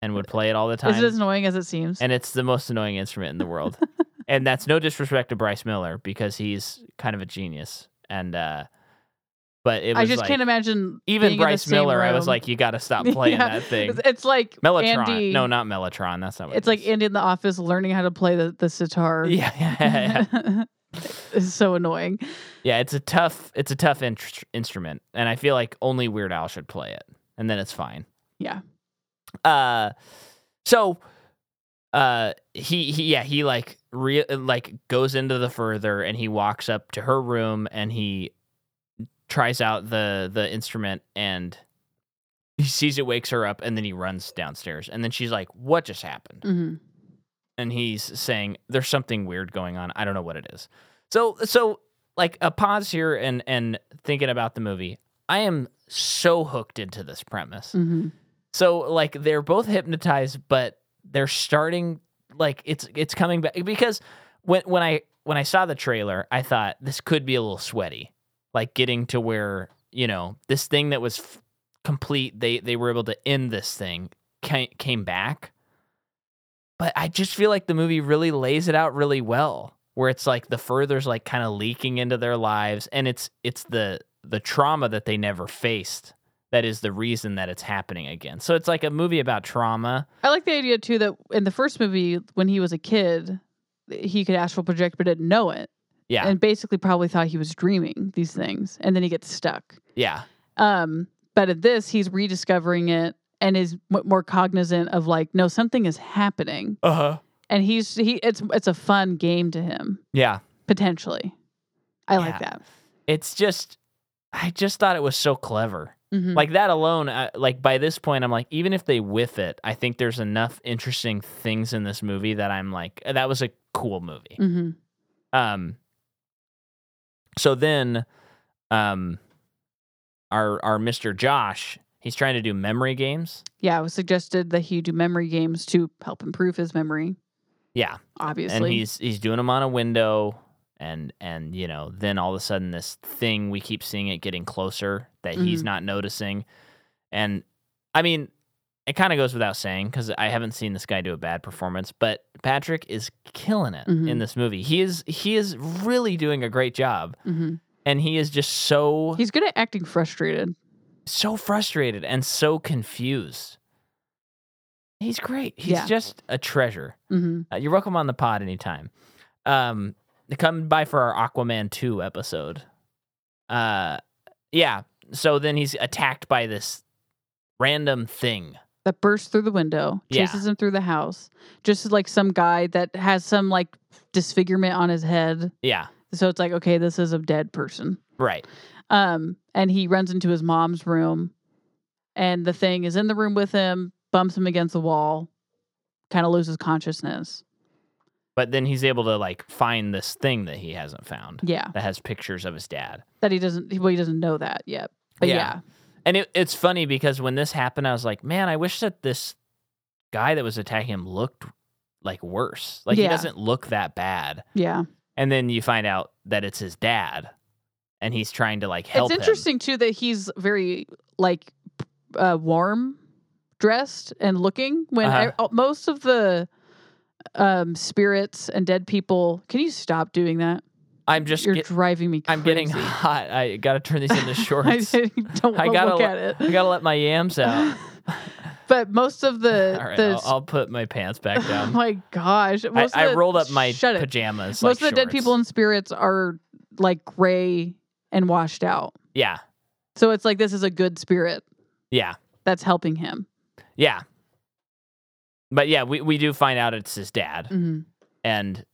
[SPEAKER 1] and would play it all the time.
[SPEAKER 2] Is it as annoying as it seems?
[SPEAKER 1] and it's the most annoying instrument in the world. and that's no disrespect to Bryce Miller because he's kind of a genius. And uh but it was
[SPEAKER 2] I just
[SPEAKER 1] like,
[SPEAKER 2] can't imagine being
[SPEAKER 1] even
[SPEAKER 2] in the
[SPEAKER 1] Bryce
[SPEAKER 2] same
[SPEAKER 1] Miller. I was
[SPEAKER 2] room.
[SPEAKER 1] like, you got to stop playing
[SPEAKER 2] Yeah.
[SPEAKER 1] that thing.
[SPEAKER 2] It's, it's like
[SPEAKER 1] Mellotron.
[SPEAKER 2] Andy.
[SPEAKER 1] No, not Mellotron. That's not. What
[SPEAKER 2] it's
[SPEAKER 1] it
[SPEAKER 2] like
[SPEAKER 1] is.
[SPEAKER 2] Andy in the office learning how to play the, the sitar.
[SPEAKER 1] Yeah, yeah, yeah,
[SPEAKER 2] it's so annoying.
[SPEAKER 1] yeah. It's a tough. It's a tough in- instrument, and I feel like only Weird Al should play it, and then it's fine.
[SPEAKER 2] Yeah.
[SPEAKER 1] Uh, so, uh, he, he yeah he like re- like goes into the further, and he walks up to her room, and he tries out the the instrument, and he sees it wakes her up, and then he runs downstairs, and then she's like, "What just happened?"
[SPEAKER 2] hmm
[SPEAKER 1] and he's saying there's something weird going on. I don't know what it is. So so like a pause here and and thinking about the movie. I am so hooked into this premise.
[SPEAKER 2] hmm
[SPEAKER 1] So like they're both hypnotized, but they're starting like it's it's coming back because when when I when I saw the trailer, I thought this could be a little sweaty, like getting to where you know this thing that was f- complete. They they were able to end this thing ca- came back, but I just feel like the movie really lays it out really well, where it's like the furthers like kind of leaking into their lives, and it's it's the the trauma that they never faced that is the reason that it's happening again. So it's like a movie about trauma.
[SPEAKER 2] I like the idea too that in the first movie, when he was a kid, he could astral project but didn't know it,
[SPEAKER 1] Yeah,
[SPEAKER 2] and basically probably thought he was dreaming these things, and then he gets stuck.
[SPEAKER 1] yeah,
[SPEAKER 2] Um, but at this, he's rediscovering it and is m- more cognizant of like, no, something is happening,
[SPEAKER 1] uh huh,
[SPEAKER 2] and he's he it's it's a fun game to him
[SPEAKER 1] yeah.
[SPEAKER 2] potentially. I like
[SPEAKER 1] Yeah.
[SPEAKER 2] that.
[SPEAKER 1] it's just i just thought it was so clever
[SPEAKER 2] Mhm.
[SPEAKER 1] like that alone I, like by this point i'm like even if they whiff it i think there's enough interesting things in this movie that i'm like uh, that was a cool movie
[SPEAKER 2] Mhm.
[SPEAKER 1] um so then um our our mr josh he's trying to do memory games
[SPEAKER 2] Yeah, it was suggested that he do memory games to help improve his memory.
[SPEAKER 1] yeah
[SPEAKER 2] Obviously,
[SPEAKER 1] and he's he's doing them on a window and and you know then all of a sudden this thing we keep seeing it getting closer that he's
[SPEAKER 2] Mhm.
[SPEAKER 1] not noticing And I mean, it kind of goes without saying because I haven't seen this guy do a bad performance, but Patrick is killing it
[SPEAKER 2] Mhm.
[SPEAKER 1] in this movie. He is he is really doing a great job,
[SPEAKER 2] hmm
[SPEAKER 1] and he is just so
[SPEAKER 2] He's good at acting frustrated.
[SPEAKER 1] so frustrated and so confused. He's great. He's
[SPEAKER 2] Yeah.
[SPEAKER 1] just a treasure.
[SPEAKER 2] hmm
[SPEAKER 1] Uh, you're welcome on the pod anytime. Um, come by for our Aquaman two episode. Uh, yeah. So then he's attacked by this random thing.
[SPEAKER 2] That bursts through the window,
[SPEAKER 1] Yeah.
[SPEAKER 2] chases him through the house, just like some guy that has some like disfigurement on his head.
[SPEAKER 1] Yeah.
[SPEAKER 2] So it's like, okay, this is a dead person.
[SPEAKER 1] Right.
[SPEAKER 2] Um, and he runs into his mom's room, and the thing is in the room with him, bumps him against the wall, kind of loses consciousness.
[SPEAKER 1] But then he's able to like find this thing that he hasn't found
[SPEAKER 2] Yeah,
[SPEAKER 1] that has pictures of his dad.
[SPEAKER 2] that he doesn't. Well, he doesn't know that yet. But
[SPEAKER 1] Yeah.
[SPEAKER 2] yeah,
[SPEAKER 1] And it, it's funny because when this happened, I was like, man, I wish that this guy that was attacking him looked like worse. Like he
[SPEAKER 2] Yeah.
[SPEAKER 1] doesn't look that bad.
[SPEAKER 2] yeah.
[SPEAKER 1] And then you find out that it's his dad, and he's trying to like help.
[SPEAKER 2] it's
[SPEAKER 1] him.
[SPEAKER 2] interesting too that he's very like uh, warm dressed and looking when
[SPEAKER 1] Uh-huh.
[SPEAKER 2] I- uh, most of the um spirits and dead people can you stop doing that
[SPEAKER 1] I'm just.
[SPEAKER 2] you're
[SPEAKER 1] get-
[SPEAKER 2] driving me crazy.
[SPEAKER 1] I'm getting hot. I gotta turn these into
[SPEAKER 2] I
[SPEAKER 1] shorts. I,
[SPEAKER 2] don't want to
[SPEAKER 1] gotta
[SPEAKER 2] look
[SPEAKER 1] lo-
[SPEAKER 2] at it
[SPEAKER 1] gotta let my yams out.
[SPEAKER 2] but most of the
[SPEAKER 1] All right,
[SPEAKER 2] the
[SPEAKER 1] I'll, I'll put my pants back
[SPEAKER 2] oh
[SPEAKER 1] down.
[SPEAKER 2] my gosh
[SPEAKER 1] I,
[SPEAKER 2] Most of
[SPEAKER 1] I
[SPEAKER 2] the-
[SPEAKER 1] rolled up my
[SPEAKER 2] shut it.
[SPEAKER 1] pajamas.
[SPEAKER 2] most
[SPEAKER 1] like
[SPEAKER 2] of the dead people
[SPEAKER 1] shorts.
[SPEAKER 2] and spirits are like gray and washed out
[SPEAKER 1] yeah,
[SPEAKER 2] so it's like this is a good spirit
[SPEAKER 1] yeah,
[SPEAKER 2] that's helping him
[SPEAKER 1] yeah. But yeah, we, we do find out it's his dad,
[SPEAKER 2] Mhm.
[SPEAKER 1] and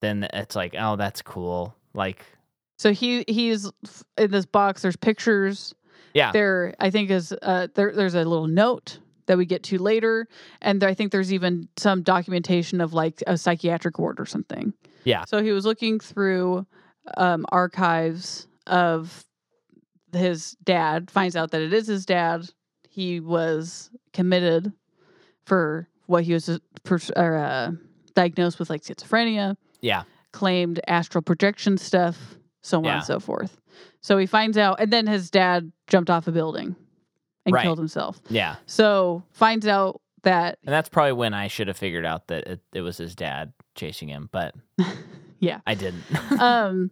[SPEAKER 1] then it's like, oh, that's cool. Like,
[SPEAKER 2] So he he's f- in this box. There's pictures.
[SPEAKER 1] Yeah.
[SPEAKER 2] There, I think is uh there. There's a little note that we get to later, and there, I think there's even some documentation of like a psychiatric ward or something.
[SPEAKER 1] Yeah.
[SPEAKER 2] So he was looking through um, archives of his dad. Finds out that it is his dad. He was committed for what he was uh, pers- or, uh, diagnosed with, like schizophrenia
[SPEAKER 1] yeah,
[SPEAKER 2] claimed astral projection stuff, so on
[SPEAKER 1] Yeah.
[SPEAKER 2] and so forth. So he finds out, and then his dad jumped off a building and
[SPEAKER 1] Right.
[SPEAKER 2] killed himself.
[SPEAKER 1] yeah.
[SPEAKER 2] So finds out that
[SPEAKER 1] And that's probably when I should have figured out that it, it was his dad chasing him, but
[SPEAKER 2] Yeah.
[SPEAKER 1] I didn't.
[SPEAKER 2] um,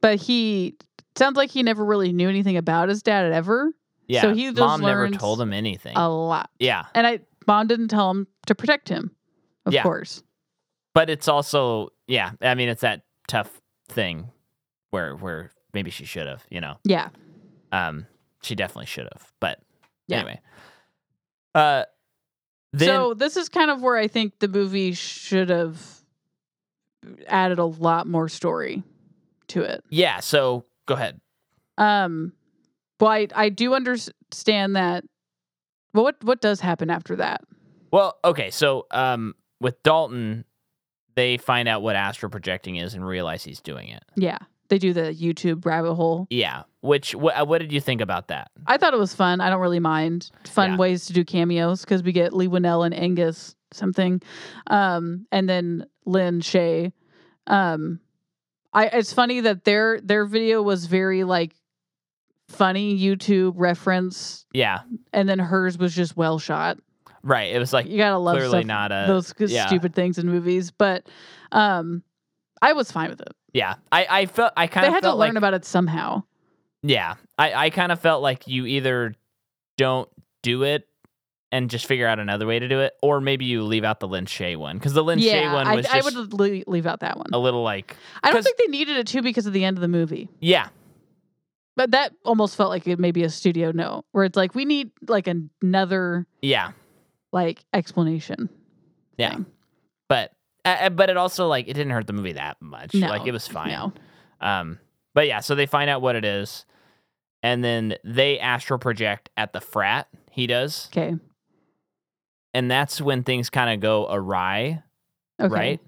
[SPEAKER 2] but he sounds like he never really knew anything about his dad ever.
[SPEAKER 1] yeah,
[SPEAKER 2] So he just
[SPEAKER 1] mom never
[SPEAKER 2] learns
[SPEAKER 1] told him anything.
[SPEAKER 2] A lot,
[SPEAKER 1] yeah,
[SPEAKER 2] and I mom didn't tell him to protect him, of
[SPEAKER 1] Yeah.
[SPEAKER 2] course.
[SPEAKER 1] but it's also yeah i mean it's that tough thing where where maybe she should have you know
[SPEAKER 2] Yeah,
[SPEAKER 1] um she definitely should have but
[SPEAKER 2] Yeah.
[SPEAKER 1] anyway uh then
[SPEAKER 2] so this is kind of where I think the movie should have added a lot more story to it.
[SPEAKER 1] yeah so go ahead
[SPEAKER 2] Um, well, I, I do understand that. Well, what what does happen after that?
[SPEAKER 1] well okay so um with dalton they find out what astral projecting is and realize he's doing it
[SPEAKER 2] Yeah, they do the YouTube rabbit hole.
[SPEAKER 1] yeah which wh- uh, what did you think about that
[SPEAKER 2] I thought it was fun. I don't really mind fun
[SPEAKER 1] Yeah.
[SPEAKER 2] ways to do cameos because we get Lee Winnell and Angus something, um, and then Lynn Shay. Um, I it's funny that their their video was very like funny YouTube reference,
[SPEAKER 1] yeah
[SPEAKER 2] and then hers was just well shot.
[SPEAKER 1] right it was like
[SPEAKER 2] you gotta love
[SPEAKER 1] clearly
[SPEAKER 2] stuff
[SPEAKER 1] not a
[SPEAKER 2] those g-
[SPEAKER 1] yeah.
[SPEAKER 2] stupid things in movies. But um, I was fine with it.
[SPEAKER 1] yeah i i felt i kind
[SPEAKER 2] They
[SPEAKER 1] of
[SPEAKER 2] had to
[SPEAKER 1] felt
[SPEAKER 2] learn
[SPEAKER 1] like
[SPEAKER 2] about it somehow.
[SPEAKER 1] Yeah. I, I kind of felt like you either don't do it and just figure out another way to do it, or maybe you leave out the Lin Shay one. Because the Lin Shay
[SPEAKER 2] yeah,
[SPEAKER 1] one
[SPEAKER 2] I,
[SPEAKER 1] was
[SPEAKER 2] I
[SPEAKER 1] just
[SPEAKER 2] would le- leave out that one.
[SPEAKER 1] a little like,
[SPEAKER 2] I don't
[SPEAKER 1] 'cause-
[SPEAKER 2] think they needed it too because of the end of the movie.
[SPEAKER 1] yeah,
[SPEAKER 2] But that almost felt like it may be a studio note where it's like we need like another
[SPEAKER 1] yeah,
[SPEAKER 2] like explanation.
[SPEAKER 1] Yeah.
[SPEAKER 2] thing.
[SPEAKER 1] but uh, but it also like it didn't hurt the movie that much.
[SPEAKER 2] No,
[SPEAKER 1] like it was fine.
[SPEAKER 2] No.
[SPEAKER 1] Um, but yeah, so they find out what it is, and then they astral project at the frat. He does,
[SPEAKER 2] Okay.
[SPEAKER 1] and that's when things kind of go awry,
[SPEAKER 2] Okay.
[SPEAKER 1] right?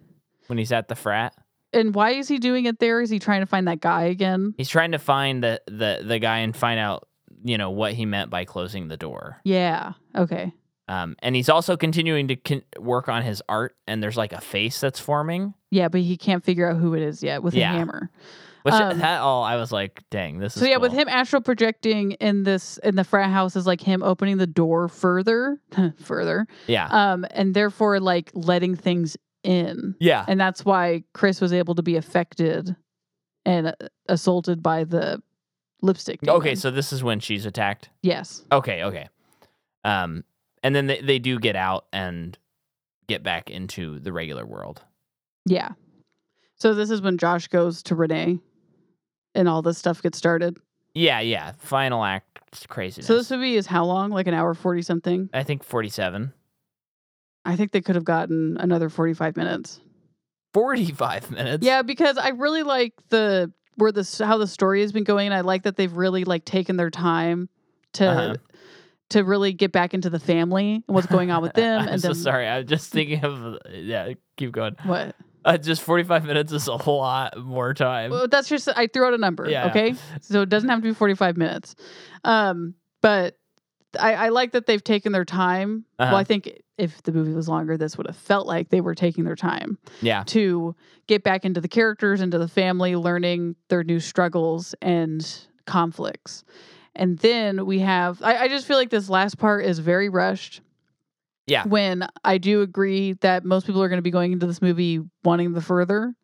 [SPEAKER 1] When he's at the frat.
[SPEAKER 2] And why is he doing it there? Is he trying to find that guy again?
[SPEAKER 1] He's trying to find the the the guy and find out you know what he meant by closing the door.
[SPEAKER 2] Yeah. Okay.
[SPEAKER 1] Um, and he's also continuing to con- work on his art. And there's like a face that's forming
[SPEAKER 2] Yeah, but he can't figure out who it is yet with
[SPEAKER 1] Yeah.
[SPEAKER 2] a hammer.
[SPEAKER 1] with Which
[SPEAKER 2] Um,
[SPEAKER 1] that all I was like, dang, this is
[SPEAKER 2] So yeah, with
[SPEAKER 1] cool.
[SPEAKER 2] him astral projecting in this in the frat house is like him opening the door further, further,
[SPEAKER 1] Yeah.
[SPEAKER 2] um, and therefore like letting things in,
[SPEAKER 1] yeah.
[SPEAKER 2] and that's why Chris was able to be affected and uh, assaulted by the lipstick.
[SPEAKER 1] Okay,
[SPEAKER 2] demon.
[SPEAKER 1] so this is when she's attacked.
[SPEAKER 2] yes,
[SPEAKER 1] Okay, okay. Um and then they, they do get out and get back into the regular world.
[SPEAKER 2] yeah. So this is when Josh goes to Renee, and all this stuff gets started.
[SPEAKER 1] Yeah, yeah. Final act craziness.
[SPEAKER 2] So this movie is how long? Like an hour forty something.
[SPEAKER 1] I think 47.
[SPEAKER 2] I think they could have gotten another forty five minutes.
[SPEAKER 1] 45 minutes.
[SPEAKER 2] Yeah, because I really like the where this how the story has been going, and I like that they've really like taken their time to
[SPEAKER 1] Uh-huh.
[SPEAKER 2] to really get back into the family and what's going on with them.
[SPEAKER 1] I'm
[SPEAKER 2] and
[SPEAKER 1] so
[SPEAKER 2] then,
[SPEAKER 1] sorry. I'm just thinking of yeah. Keep going.
[SPEAKER 2] What?
[SPEAKER 1] Uh, just 45 minutes is a lot more time.
[SPEAKER 2] Well, that's just I threw out a number.
[SPEAKER 1] Yeah.
[SPEAKER 2] Okay, so it doesn't have to be forty five minutes, um, but. I, I like that they've taken their time.
[SPEAKER 1] Uh-huh.
[SPEAKER 2] Well, I think if the movie was longer, this would have felt like they were taking their time.
[SPEAKER 1] yeah,
[SPEAKER 2] to get back into the characters, into the family, learning their new struggles and conflicts. And then we have, I, I just feel like this last part is very rushed.
[SPEAKER 1] Yeah.
[SPEAKER 2] When I do agree that most people are going to be going into this movie wanting the further,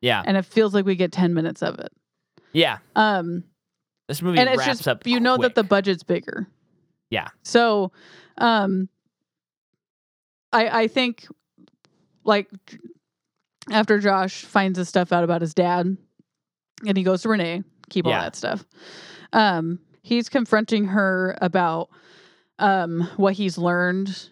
[SPEAKER 1] yeah,
[SPEAKER 2] and it feels like we get 10 minutes of it.
[SPEAKER 1] yeah.
[SPEAKER 2] Um,
[SPEAKER 1] This movie
[SPEAKER 2] and it's
[SPEAKER 1] wraps
[SPEAKER 2] just,
[SPEAKER 1] up.
[SPEAKER 2] you know that the
[SPEAKER 1] quick.
[SPEAKER 2] budget's bigger.
[SPEAKER 1] Yeah.
[SPEAKER 2] So, um, I, I think like after Josh finds his stuff out about his dad and he goes to Renee, keep all
[SPEAKER 1] Yeah.
[SPEAKER 2] that stuff. Um, he's confronting her about um what he's learned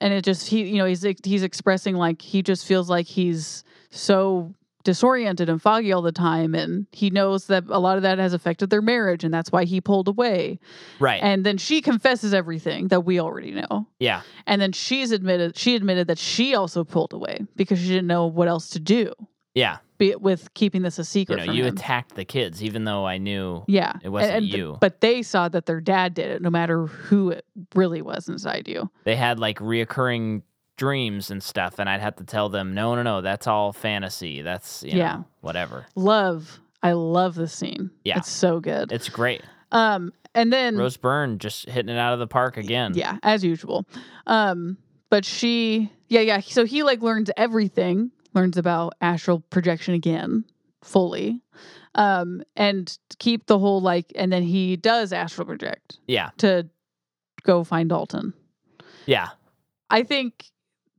[SPEAKER 2] and it just he you know he's he's expressing like he just feels like he's so disoriented and foggy all the time and he knows that a lot of that has affected their marriage and that's why he pulled away
[SPEAKER 1] right.
[SPEAKER 2] and then she confesses everything that we already know
[SPEAKER 1] yeah,
[SPEAKER 2] and then she's admitted she admitted that she also pulled away because she didn't know what else to do
[SPEAKER 1] yeah.
[SPEAKER 2] be, with keeping this a
[SPEAKER 1] You
[SPEAKER 2] secret
[SPEAKER 1] know,
[SPEAKER 2] from
[SPEAKER 1] you
[SPEAKER 2] him.
[SPEAKER 1] attacked the kids, even though I knew.
[SPEAKER 2] yeah
[SPEAKER 1] It wasn't
[SPEAKER 2] th-
[SPEAKER 1] you.
[SPEAKER 2] but they saw that their dad did it no matter who it really was inside you
[SPEAKER 1] They had like reoccurring dreams and stuff, and I'd have to tell them, no, no, no, that's all fantasy. That's you
[SPEAKER 2] Yeah.
[SPEAKER 1] know, whatever.
[SPEAKER 2] love i love this scene
[SPEAKER 1] Yeah.
[SPEAKER 2] it's so good
[SPEAKER 1] It's great.
[SPEAKER 2] um and then
[SPEAKER 1] Rose Byrne just hitting it out of the park again.
[SPEAKER 2] yeah as usual um but she yeah yeah so he like learns everything learns about astral projection again fully um and keep the whole like and then he does astral project
[SPEAKER 1] yeah,
[SPEAKER 2] to go find dalton
[SPEAKER 1] yeah,
[SPEAKER 2] I think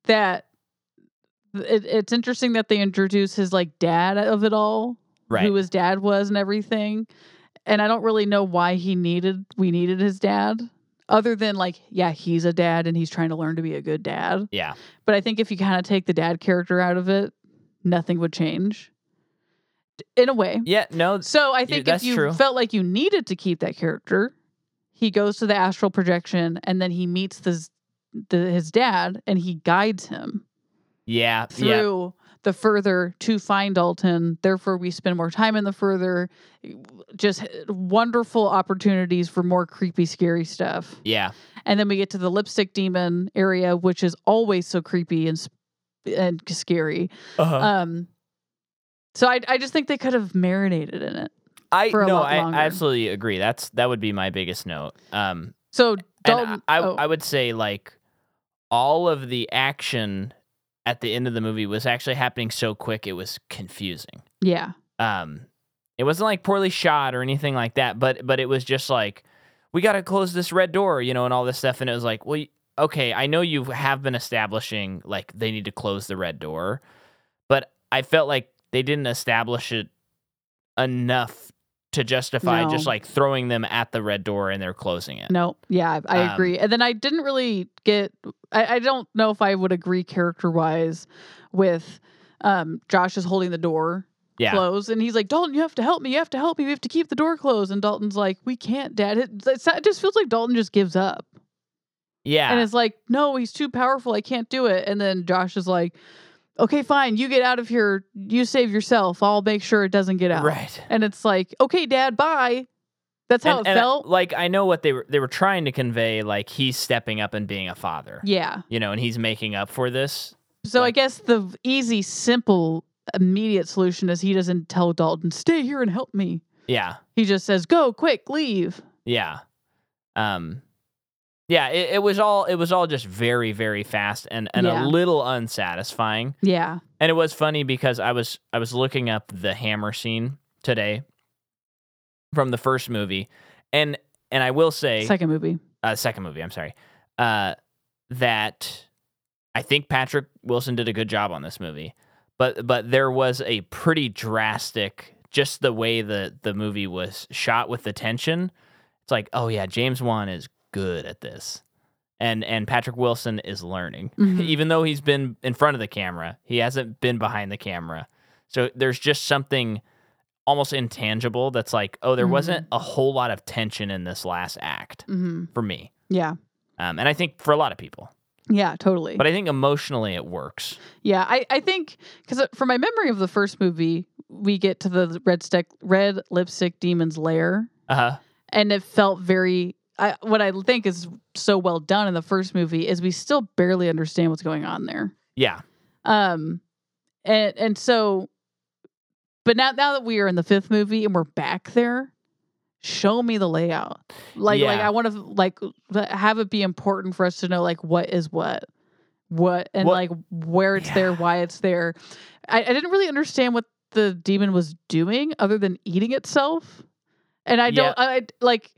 [SPEAKER 2] that it, it's interesting that they introduce his like dad of it all,
[SPEAKER 1] Right.
[SPEAKER 2] Who his dad was and everything. And I don't really know why he needed we needed his dad, other than like yeah he's a dad and he's trying to learn to be a good dad.
[SPEAKER 1] yeah,
[SPEAKER 2] But I think if you kind of take the dad character out of it, nothing would change. In a way,
[SPEAKER 1] yeah. No,
[SPEAKER 2] so I think
[SPEAKER 1] that's
[SPEAKER 2] if you
[SPEAKER 1] true.
[SPEAKER 2] felt like you needed to keep that character, he goes to the astral projection and then he meets this, the, his dad and he guides him
[SPEAKER 1] yeah, yeah.
[SPEAKER 2] through the further to find Dalton. Therefore, we spend more time in the further. eh, Just wonderful opportunities for more creepy, scary stuff.
[SPEAKER 1] Yeah,
[SPEAKER 2] And then we get to the lipstick demon area, which is always so creepy and sp- and scary.
[SPEAKER 1] uh-huh.
[SPEAKER 2] Um, so I I just think they could have marinated in it.
[SPEAKER 1] I
[SPEAKER 2] for a
[SPEAKER 1] no,
[SPEAKER 2] lot
[SPEAKER 1] I,
[SPEAKER 2] longer.
[SPEAKER 1] I absolutely agree. That's that would be my biggest note. Um,
[SPEAKER 2] So
[SPEAKER 1] and
[SPEAKER 2] Dalton,
[SPEAKER 1] I, I,
[SPEAKER 2] oh,
[SPEAKER 1] I would say like all of the action at the end of the movie was actually happening so quick it was confusing
[SPEAKER 2] yeah,
[SPEAKER 1] um it wasn't like poorly shot or anything like that but but it was just like we got to close this red door you know and all this stuff and it was like well y- okay i know you have been establishing like they need to close the red door but i felt like they didn't establish it enough to justify
[SPEAKER 2] No.
[SPEAKER 1] just like throwing them at the red door and they're closing it
[SPEAKER 2] no, yeah, I, I
[SPEAKER 1] Um,
[SPEAKER 2] agree. And then I didn't really get. I, I don't know if I would agree character wise with um, Josh is holding the door
[SPEAKER 1] yeah
[SPEAKER 2] closed, and he's like, Dalton, you have to help me. You have to help me. We have to keep the door closed. And Dalton's like, we can't, Dad. It, it's- it just feels like Dalton just gives up,
[SPEAKER 1] yeah
[SPEAKER 2] and it's like, no, he's too powerful. I can't do it. And then Josh is like, okay, fine, you get out of here. You save yourself. I'll make sure it doesn't get out.
[SPEAKER 1] Right.
[SPEAKER 2] And it's like, okay, Dad, bye. That's how
[SPEAKER 1] and,
[SPEAKER 2] it
[SPEAKER 1] and I-
[SPEAKER 2] felt.
[SPEAKER 1] like I know what they were they were trying to convey like he's stepping up and being a father.
[SPEAKER 2] yeah.
[SPEAKER 1] You know, and he's making up for this.
[SPEAKER 2] So I
[SPEAKER 1] Like-
[SPEAKER 2] guess the v- easy, simple immediate solution is he doesn't tell Dalton, stay here and help me.
[SPEAKER 1] Yeah.
[SPEAKER 2] He just says, go quick, leave.
[SPEAKER 1] Yeah. Um yeah, it, it was all it was all just very, very fast and, and
[SPEAKER 2] Yeah.
[SPEAKER 1] a little unsatisfying.
[SPEAKER 2] Yeah.
[SPEAKER 1] And it was funny because I was I was looking up the hammer scene today from the first movie. And and I will say
[SPEAKER 2] Second movie.
[SPEAKER 1] uh, second movie. I'm sorry. Uh, that I think Patrick Wilson did a good job on this movie, but but there was a pretty drastic just the way the the movie was shot with the tension. It's like, oh yeah, James Wan is good at this, and and Patrick Wilson is learning,
[SPEAKER 2] Mhm.
[SPEAKER 1] even though he's been in front of the camera, he hasn't been behind the camera. So there's just something almost intangible that's like, oh, there
[SPEAKER 2] Mhm.
[SPEAKER 1] wasn't a whole lot of tension in this last act
[SPEAKER 2] hmm
[SPEAKER 1] for me.
[SPEAKER 2] Yeah.
[SPEAKER 1] Um, and I think for a lot of people,
[SPEAKER 2] Yeah, totally.
[SPEAKER 1] but I think emotionally it works.
[SPEAKER 2] Yeah, I, I think because from my memory of the first movie, we get to the red stick, red lipstick demon's lair,
[SPEAKER 1] Uh huh.
[SPEAKER 2] and it felt very. I, what I think is so well done in the first movie is we still barely understand what's going on there.
[SPEAKER 1] Yeah.
[SPEAKER 2] Um, and and so, but now now that we are in the fifth movie and we're back there, show me the layout. Like like
[SPEAKER 1] Yeah.
[SPEAKER 2] I want to like have it be important for us to know like what is what, what and
[SPEAKER 1] What-
[SPEAKER 2] like where it's
[SPEAKER 1] Yeah.
[SPEAKER 2] there, why it's there. I, I didn't really understand what the demon was doing other than eating itself, and I
[SPEAKER 1] Yeah.
[SPEAKER 2] don't I I- like.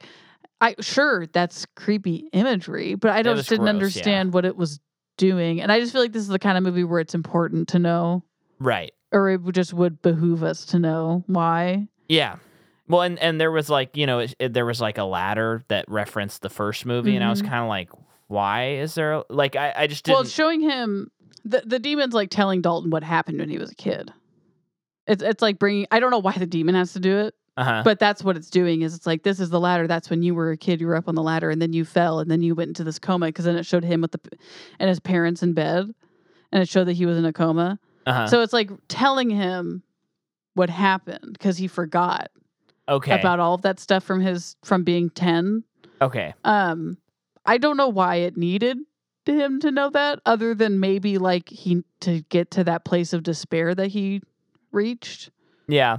[SPEAKER 2] I sure that's creepy imagery, but I don't
[SPEAKER 1] was
[SPEAKER 2] just didn't
[SPEAKER 1] gross, yeah.
[SPEAKER 2] understand what it was doing. And I just feel like this is the kind of movie where it's important to know,
[SPEAKER 1] Right.
[SPEAKER 2] or it would- just would behoove us to know why.
[SPEAKER 1] Yeah. Well, and, and there was like, you know, it, it- there was like a ladder that referenced the first movie, and I was
[SPEAKER 2] Mhm.
[SPEAKER 1] kind of like, why is there? a- Like, I, I just didn't.
[SPEAKER 2] Well, it's showing him the the demon's like telling Dalton what happened when he was a kid. It's it's like bringing. I don't know why the demon has to do it,
[SPEAKER 1] uh-huh.
[SPEAKER 2] but that's what it's doing. Is it's like this is the ladder. That's when you were a kid. You were up on the ladder, and then you fell, and then you went into this coma. Because then it showed him with the p- and his parents in bed, and it showed that he was in a coma.
[SPEAKER 1] uh-huh.
[SPEAKER 2] So it's like telling him what happened because he forgot
[SPEAKER 1] okay.
[SPEAKER 2] about all of that stuff from his from being 10.
[SPEAKER 1] okay.
[SPEAKER 2] Um I don't know why it needed him to know that other than maybe like he to get to that place of despair that he reached.
[SPEAKER 1] Yeah.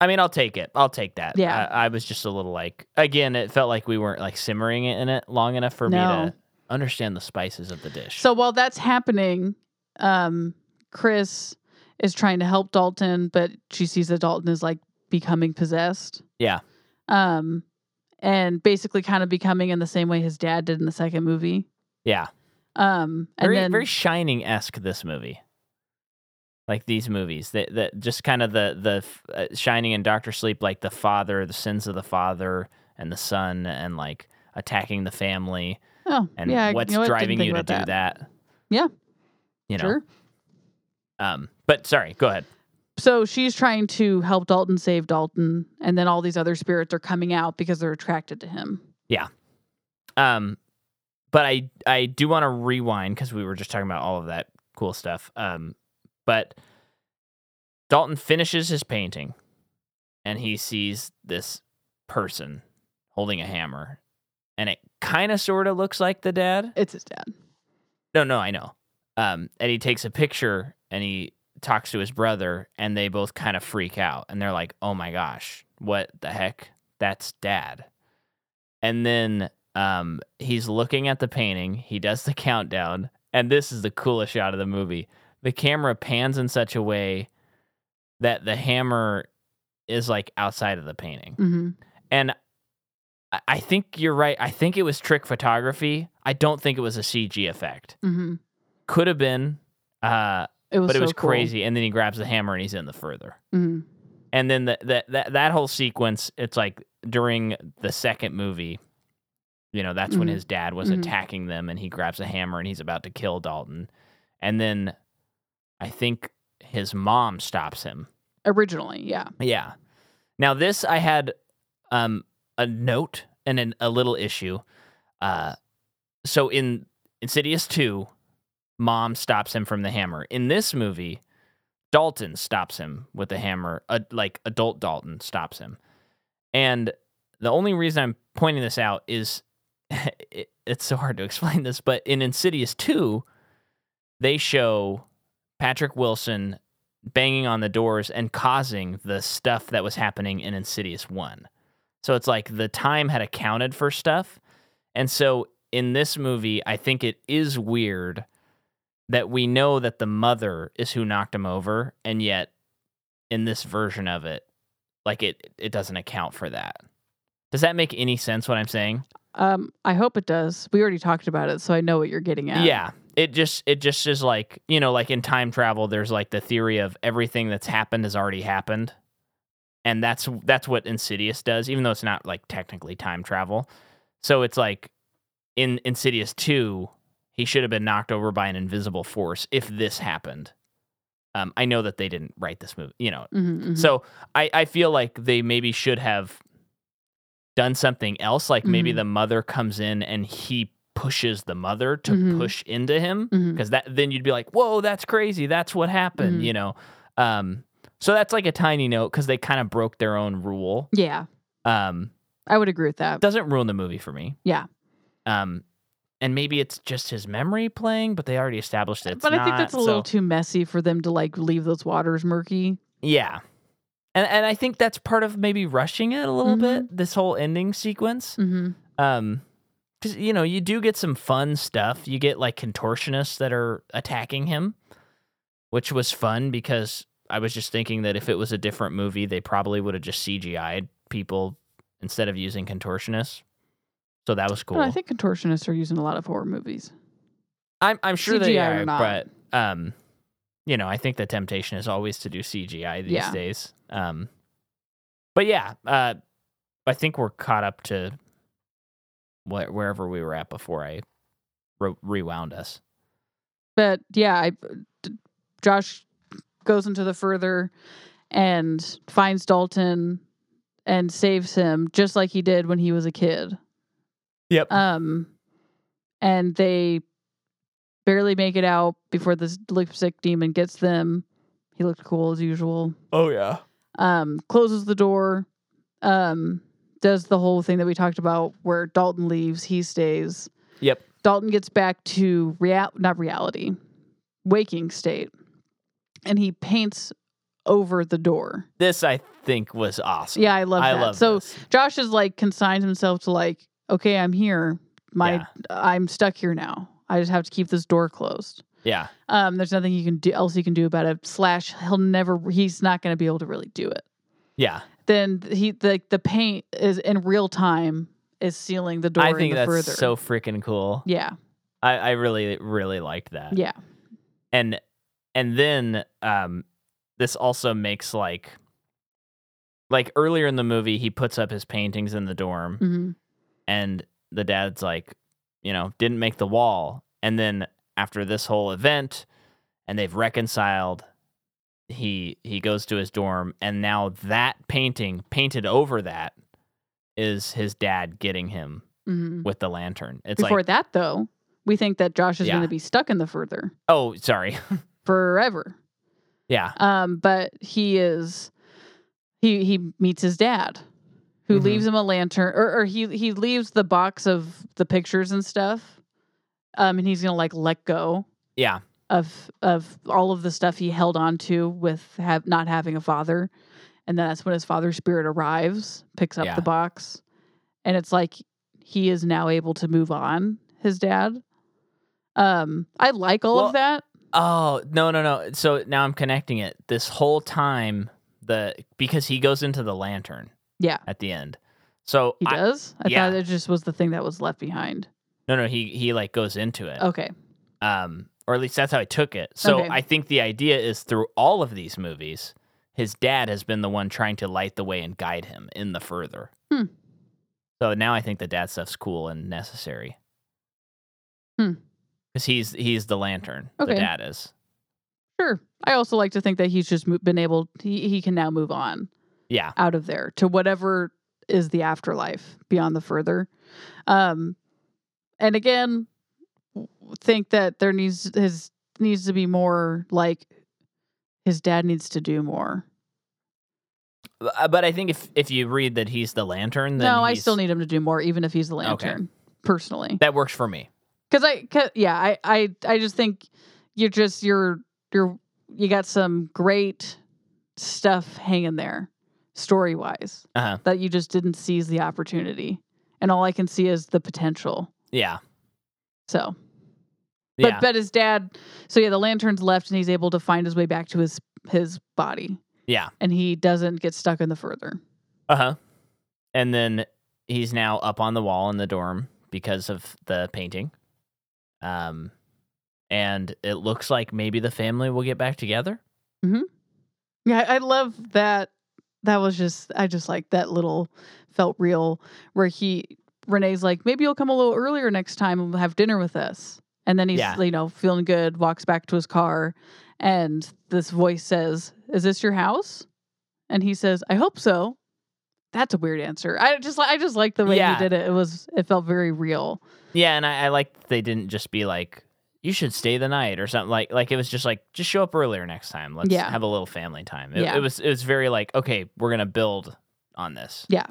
[SPEAKER 1] I mean, I'll take it. I'll take that.
[SPEAKER 2] Yeah.
[SPEAKER 1] I, I was just a little like, again, it felt like we weren't like simmering it in it long enough for me
[SPEAKER 2] No.
[SPEAKER 1] to understand the spices of the dish.
[SPEAKER 2] So while that's happening, um Chris is trying to help Dalton, but she sees that Dalton is like becoming possessed.
[SPEAKER 1] Yeah.
[SPEAKER 2] Um and basically kind of becoming in the same way his dad did in the second movie.
[SPEAKER 1] yeah.
[SPEAKER 2] Um, and
[SPEAKER 1] very,
[SPEAKER 2] then
[SPEAKER 1] very shining esque this movie like these movies that, that just kind of the the f- uh, shining and doctor sleep like the father the sins of the father and the son and like attacking the family
[SPEAKER 2] oh,
[SPEAKER 1] and
[SPEAKER 2] yeah, I-
[SPEAKER 1] what's
[SPEAKER 2] you know what? Didn't
[SPEAKER 1] driving
[SPEAKER 2] think
[SPEAKER 1] you to
[SPEAKER 2] about
[SPEAKER 1] do that
[SPEAKER 2] Yeah.
[SPEAKER 1] you know
[SPEAKER 2] Sure.
[SPEAKER 1] um but sorry go ahead
[SPEAKER 2] So she's trying to help Dalton save Dalton, and then all these other spirits are coming out because they're attracted to him.
[SPEAKER 1] um but i i do want to rewind because we were just talking about all of that cool stuff um but dalton finishes his painting and he sees this person holding a hammer and it kind of sort of looks like the dad
[SPEAKER 2] It's his dad.
[SPEAKER 1] no no i know um and he takes a picture and he talks to his brother and they both kind of freak out and they're like oh my gosh what the heck that's dad and then um he's looking at the painting he does the countdown and this is the coolest shot of the movie the camera pans in such a way that the hammer is like outside of the painting
[SPEAKER 2] hmm
[SPEAKER 1] and I- I think you're right. I think it was trick photography. I don't think it was a CG effect.
[SPEAKER 2] hmm
[SPEAKER 1] Could have been, uh,
[SPEAKER 2] It was.
[SPEAKER 1] but it
[SPEAKER 2] so
[SPEAKER 1] was
[SPEAKER 2] cool.
[SPEAKER 1] crazy. And then he grabs the hammer and he's in the further.
[SPEAKER 2] Mhm.
[SPEAKER 1] And then that that that that whole sequence, it's like during the second movie, you know, that's when
[SPEAKER 2] Mhm.
[SPEAKER 1] his dad was
[SPEAKER 2] Mhm.
[SPEAKER 1] attacking them, and he grabs a hammer and he's about to kill Dalton. And then I think his mom stops him.
[SPEAKER 2] Originally, yeah.
[SPEAKER 1] Yeah. Now this I had um a note and an, a little issue. Uh so in Insidious 2, mom stops him from the hammer. In this movie, Dalton stops him with the hammer. Uh, like adult Dalton stops him. And the only reason I'm pointing this out is it, it's so hard to explain this, but in Insidious 2, they show Patrick Wilson banging on the doors and causing the stuff that was happening in Insidious 1. So it's like the time had accounted for stuff. And so in this movie, I think it is weird that we know that the mother is who knocked him over and yet in this version of it like it it doesn't account for that. Does that make any sense what I'm saying?
[SPEAKER 2] Um, I hope it does. We already talked about it, so I know what you're getting at.
[SPEAKER 1] yeah it just it just is like you know like in time travel there's like the theory of everything that's happened has already happened and that's that's what insidious does even though it's not like technically time travel so it's like in insidious 2 he should have been knocked over by an invisible force if this happened um, i know that they didn't write this movie you know
[SPEAKER 2] Mhm, mhm.
[SPEAKER 1] so I, I feel like they maybe should have done something else. Like maybe
[SPEAKER 2] Mhm.
[SPEAKER 1] the mother comes in and he pushes the mother to
[SPEAKER 2] Mhm.
[SPEAKER 1] push into him
[SPEAKER 2] Mhm.
[SPEAKER 1] because that then you'd be like, whoa, that's crazy. That's what happened.
[SPEAKER 2] Mhm.
[SPEAKER 1] You know. Um. So that's like a tiny note because they kind of broke their own rule.
[SPEAKER 2] yeah,
[SPEAKER 1] Um.
[SPEAKER 2] I would agree with that.
[SPEAKER 1] Doesn't ruin the movie for me.
[SPEAKER 2] Yeah.
[SPEAKER 1] Um. And maybe it's just his memory playing, but they already established that it's
[SPEAKER 2] but I think
[SPEAKER 1] not,
[SPEAKER 2] that's a
[SPEAKER 1] so-
[SPEAKER 2] little too messy for them to like leave those waters murky.
[SPEAKER 1] Yeah. And and I think that's part of maybe rushing it a little
[SPEAKER 2] Mhm.
[SPEAKER 1] bit, this whole ending sequence.
[SPEAKER 2] Mm-hmm.
[SPEAKER 1] Um cuz you know, you do get some fun stuff. You get like contortionists that are attacking him, which was fun because I was just thinking that if it was a different movie, they probably would have just CGI'd people instead of using contortionists. So that was cool.
[SPEAKER 2] I think contortionists are used in a lot of horror movies.
[SPEAKER 1] I'm I'm sure they
[SPEAKER 2] CGI or
[SPEAKER 1] are,
[SPEAKER 2] not.
[SPEAKER 1] but um, you know, I think the temptation is always to do CGI these
[SPEAKER 2] Yeah.
[SPEAKER 1] days. Um, but yeah, uh, I think we're caught up to wh- wherever we were at before I re- rewound us.
[SPEAKER 2] But yeah, I, d- Josh goes into the further and finds Dalton and saves him just like he did when he was a kid.
[SPEAKER 1] Yep.
[SPEAKER 2] Um, and they barely make it out before this lipstick demon gets them. He looked cool as usual.
[SPEAKER 1] oh yeah.
[SPEAKER 2] Um, closes the door. Um, does the whole thing that we talked about where Dalton leaves, he stays.
[SPEAKER 1] Yep.
[SPEAKER 2] Dalton gets back to real not reality, waking state, and he paints over the door.
[SPEAKER 1] This I think was awesome.
[SPEAKER 2] Yeah, I love
[SPEAKER 1] I
[SPEAKER 2] that.
[SPEAKER 1] love
[SPEAKER 2] so
[SPEAKER 1] this.
[SPEAKER 2] Josh is like consigned himself to like, okay, I'm here. My
[SPEAKER 1] Yeah.
[SPEAKER 2] I'm stuck here now. I just have to keep this door closed.
[SPEAKER 1] Yeah.
[SPEAKER 2] Um, there's nothing you can do else you can do about it. Slash, he'll never. He's not going to be able to really do it.
[SPEAKER 1] Yeah.
[SPEAKER 2] Then he the the paint is in real time is sealing the door.
[SPEAKER 1] I
[SPEAKER 2] in
[SPEAKER 1] think
[SPEAKER 2] the
[SPEAKER 1] that's
[SPEAKER 2] further.
[SPEAKER 1] so freaking cool.
[SPEAKER 2] Yeah,
[SPEAKER 1] I, I really really liked that.
[SPEAKER 2] yeah,
[SPEAKER 1] and and then um this also makes like like earlier in the movie he puts up his paintings in the dorm
[SPEAKER 2] hmm
[SPEAKER 1] and the dad's like you know didn't make the wall and then after this whole event and they've reconciled he he goes to his dorm and now that painting painted over that is his dad getting him
[SPEAKER 2] hmm
[SPEAKER 1] with the lantern it's
[SPEAKER 2] Before
[SPEAKER 1] like
[SPEAKER 2] that though, we think that Josh is
[SPEAKER 1] Yeah.
[SPEAKER 2] going to be stuck in the further
[SPEAKER 1] oh sorry
[SPEAKER 2] forever.
[SPEAKER 1] yeah
[SPEAKER 2] Um, but he is he he meets his dad, who
[SPEAKER 1] Mhm.
[SPEAKER 2] leaves him a lantern, or, or he he leaves the box of the pictures and stuff, um, and he's gonna like let go
[SPEAKER 1] yeah
[SPEAKER 2] of of all of the stuff he held on to with have not having a father, and then that's when his father spirit arrives, picks up
[SPEAKER 1] Yeah.
[SPEAKER 2] the box, and it's like he is now able to move on. His dad. Um, I like all
[SPEAKER 1] Well,
[SPEAKER 2] of that.
[SPEAKER 1] Oh, no, no, no. So now I'm connecting it. This whole time the because he goes into the lantern.
[SPEAKER 2] Yeah.
[SPEAKER 1] At the end. So
[SPEAKER 2] He
[SPEAKER 1] I,
[SPEAKER 2] does. I
[SPEAKER 1] yeah.
[SPEAKER 2] thought it just was the thing that was left behind.
[SPEAKER 1] no, no, he he like goes into it.
[SPEAKER 2] Okay.
[SPEAKER 1] Um or at least that's how I took it. So
[SPEAKER 2] Oh. Okay.
[SPEAKER 1] I think the idea is through all of these movies, his dad has been the one trying to light the way and guide him in the further.
[SPEAKER 2] Hmm.
[SPEAKER 1] So now I think the dad stuff's cool and necessary.
[SPEAKER 2] Hmm.
[SPEAKER 1] Cuz he's he's the lantern.
[SPEAKER 2] Okay.
[SPEAKER 1] The dad is.
[SPEAKER 2] Sure. I also like to think that he's just mo- been able, he, he can now move on
[SPEAKER 1] Yeah.
[SPEAKER 2] out of there to whatever is the afterlife beyond the further. Um, and again, w- think that there needs his needs to be more like his dad needs to do more.
[SPEAKER 1] Uh, But I think if if you read that he's the lantern, then
[SPEAKER 2] no, I
[SPEAKER 1] he's-
[SPEAKER 2] still need him to do more, even if he's the
[SPEAKER 1] Okay.
[SPEAKER 2] lantern personally.
[SPEAKER 1] that works for me.
[SPEAKER 2] Cause I, cause, yeah, I, I, I just think you're just, you're, you're, you got some great stuff hanging there, story wise,
[SPEAKER 1] Uh-huh.
[SPEAKER 2] that you just didn't seize the opportunity. And all I can see is the potential.
[SPEAKER 1] Yeah.
[SPEAKER 2] So, but
[SPEAKER 1] Yeah.
[SPEAKER 2] but his dad. So yeah, the lantern's left, and he's able to find his way back to his his body,
[SPEAKER 1] yeah.
[SPEAKER 2] and he doesn't get stuck in the further.
[SPEAKER 1] Uh huh. And then he's now up on the wall in the dorm because of the painting. Um, and it looks like maybe the family will get back together.
[SPEAKER 2] Yeah, I I love that. That was just I just like that little felt real where he Renee's like maybe you'll come a little earlier next time and have dinner with us. And then he's
[SPEAKER 1] Yeah.
[SPEAKER 2] you know feeling good, walks back to his car, and this voice says, "Is this your house?" And he says, "I hope so." That's a weird answer. I just I just like the way
[SPEAKER 1] Yeah.
[SPEAKER 2] he did it. It was it felt very real.
[SPEAKER 1] Yeah, and I, I like that they didn't just be like, "You should stay the night" or something. Like, like it was just like, "Just show up earlier next time. Let's
[SPEAKER 2] Yeah.
[SPEAKER 1] have a little family time." It,
[SPEAKER 2] Yeah.
[SPEAKER 1] it was it was very like, "Okay, we're gonna build on this."
[SPEAKER 2] Yeah.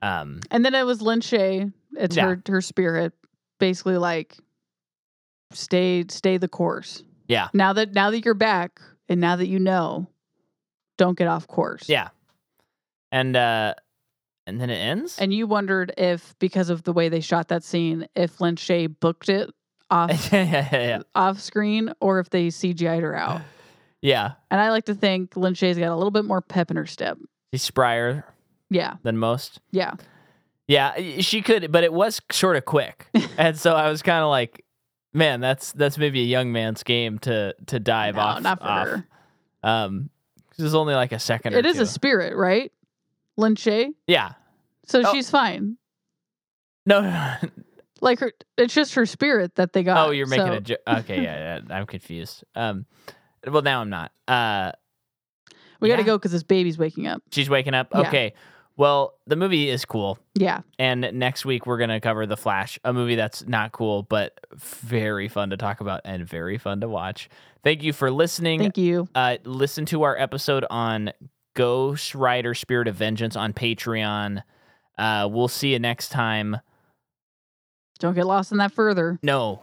[SPEAKER 1] Um.
[SPEAKER 2] And then it was Lin Shaye. It's
[SPEAKER 1] Yeah.
[SPEAKER 2] her her spirit, basically like stay stay the course.
[SPEAKER 1] Yeah.
[SPEAKER 2] Now that now that you're back and now that you know, don't get off course.
[SPEAKER 1] Yeah. And uh, and then it ends.
[SPEAKER 2] And you wondered if because of the way they shot that scene, if Lin Shaye booked it off
[SPEAKER 1] yeah, yeah, yeah,
[SPEAKER 2] off screen or if they CGI'd her out.
[SPEAKER 1] yeah. yeah.
[SPEAKER 2] And I like to think Lin Shaye's got a little bit more pep in her step.
[SPEAKER 1] She's sprier
[SPEAKER 2] Yeah.
[SPEAKER 1] than most.
[SPEAKER 2] Yeah.
[SPEAKER 1] Yeah, y- she could, but it was sort of quick, and so I was kind of like, "Man, that's that's maybe a young man's game to to dive
[SPEAKER 2] No,
[SPEAKER 1] off."
[SPEAKER 2] not for
[SPEAKER 1] off.
[SPEAKER 2] her.
[SPEAKER 1] Um, 'cause it's only like a second.
[SPEAKER 2] It
[SPEAKER 1] or
[SPEAKER 2] is
[SPEAKER 1] two.
[SPEAKER 2] a spirit, right? Lin Shaye.
[SPEAKER 1] yeah.
[SPEAKER 2] So
[SPEAKER 1] Oh.
[SPEAKER 2] she's fine.
[SPEAKER 1] No. no, no.
[SPEAKER 2] like her it's just her spirit that they got
[SPEAKER 1] oh, you're making a
[SPEAKER 2] Uh, So-
[SPEAKER 1] joke. Okay, yeah, yeah, I'm confused. Um, well, now I'm not. Uh,
[SPEAKER 2] we gotta
[SPEAKER 1] Yeah.
[SPEAKER 2] go because this baby's waking up
[SPEAKER 1] she's waking up.
[SPEAKER 2] Yeah.
[SPEAKER 1] Okay. Well, the movie is cool,
[SPEAKER 2] yeah
[SPEAKER 1] and next week we're gonna cover The Flash, a movie that's not cool but very fun to talk about and very fun to watch. Thank you for listening.
[SPEAKER 2] thank you
[SPEAKER 1] uh, listen to our episode on Ghost Rider Spirit of Vengeance on Patreon. Uh, we'll see you next time.
[SPEAKER 2] don't get lost in that further
[SPEAKER 1] No,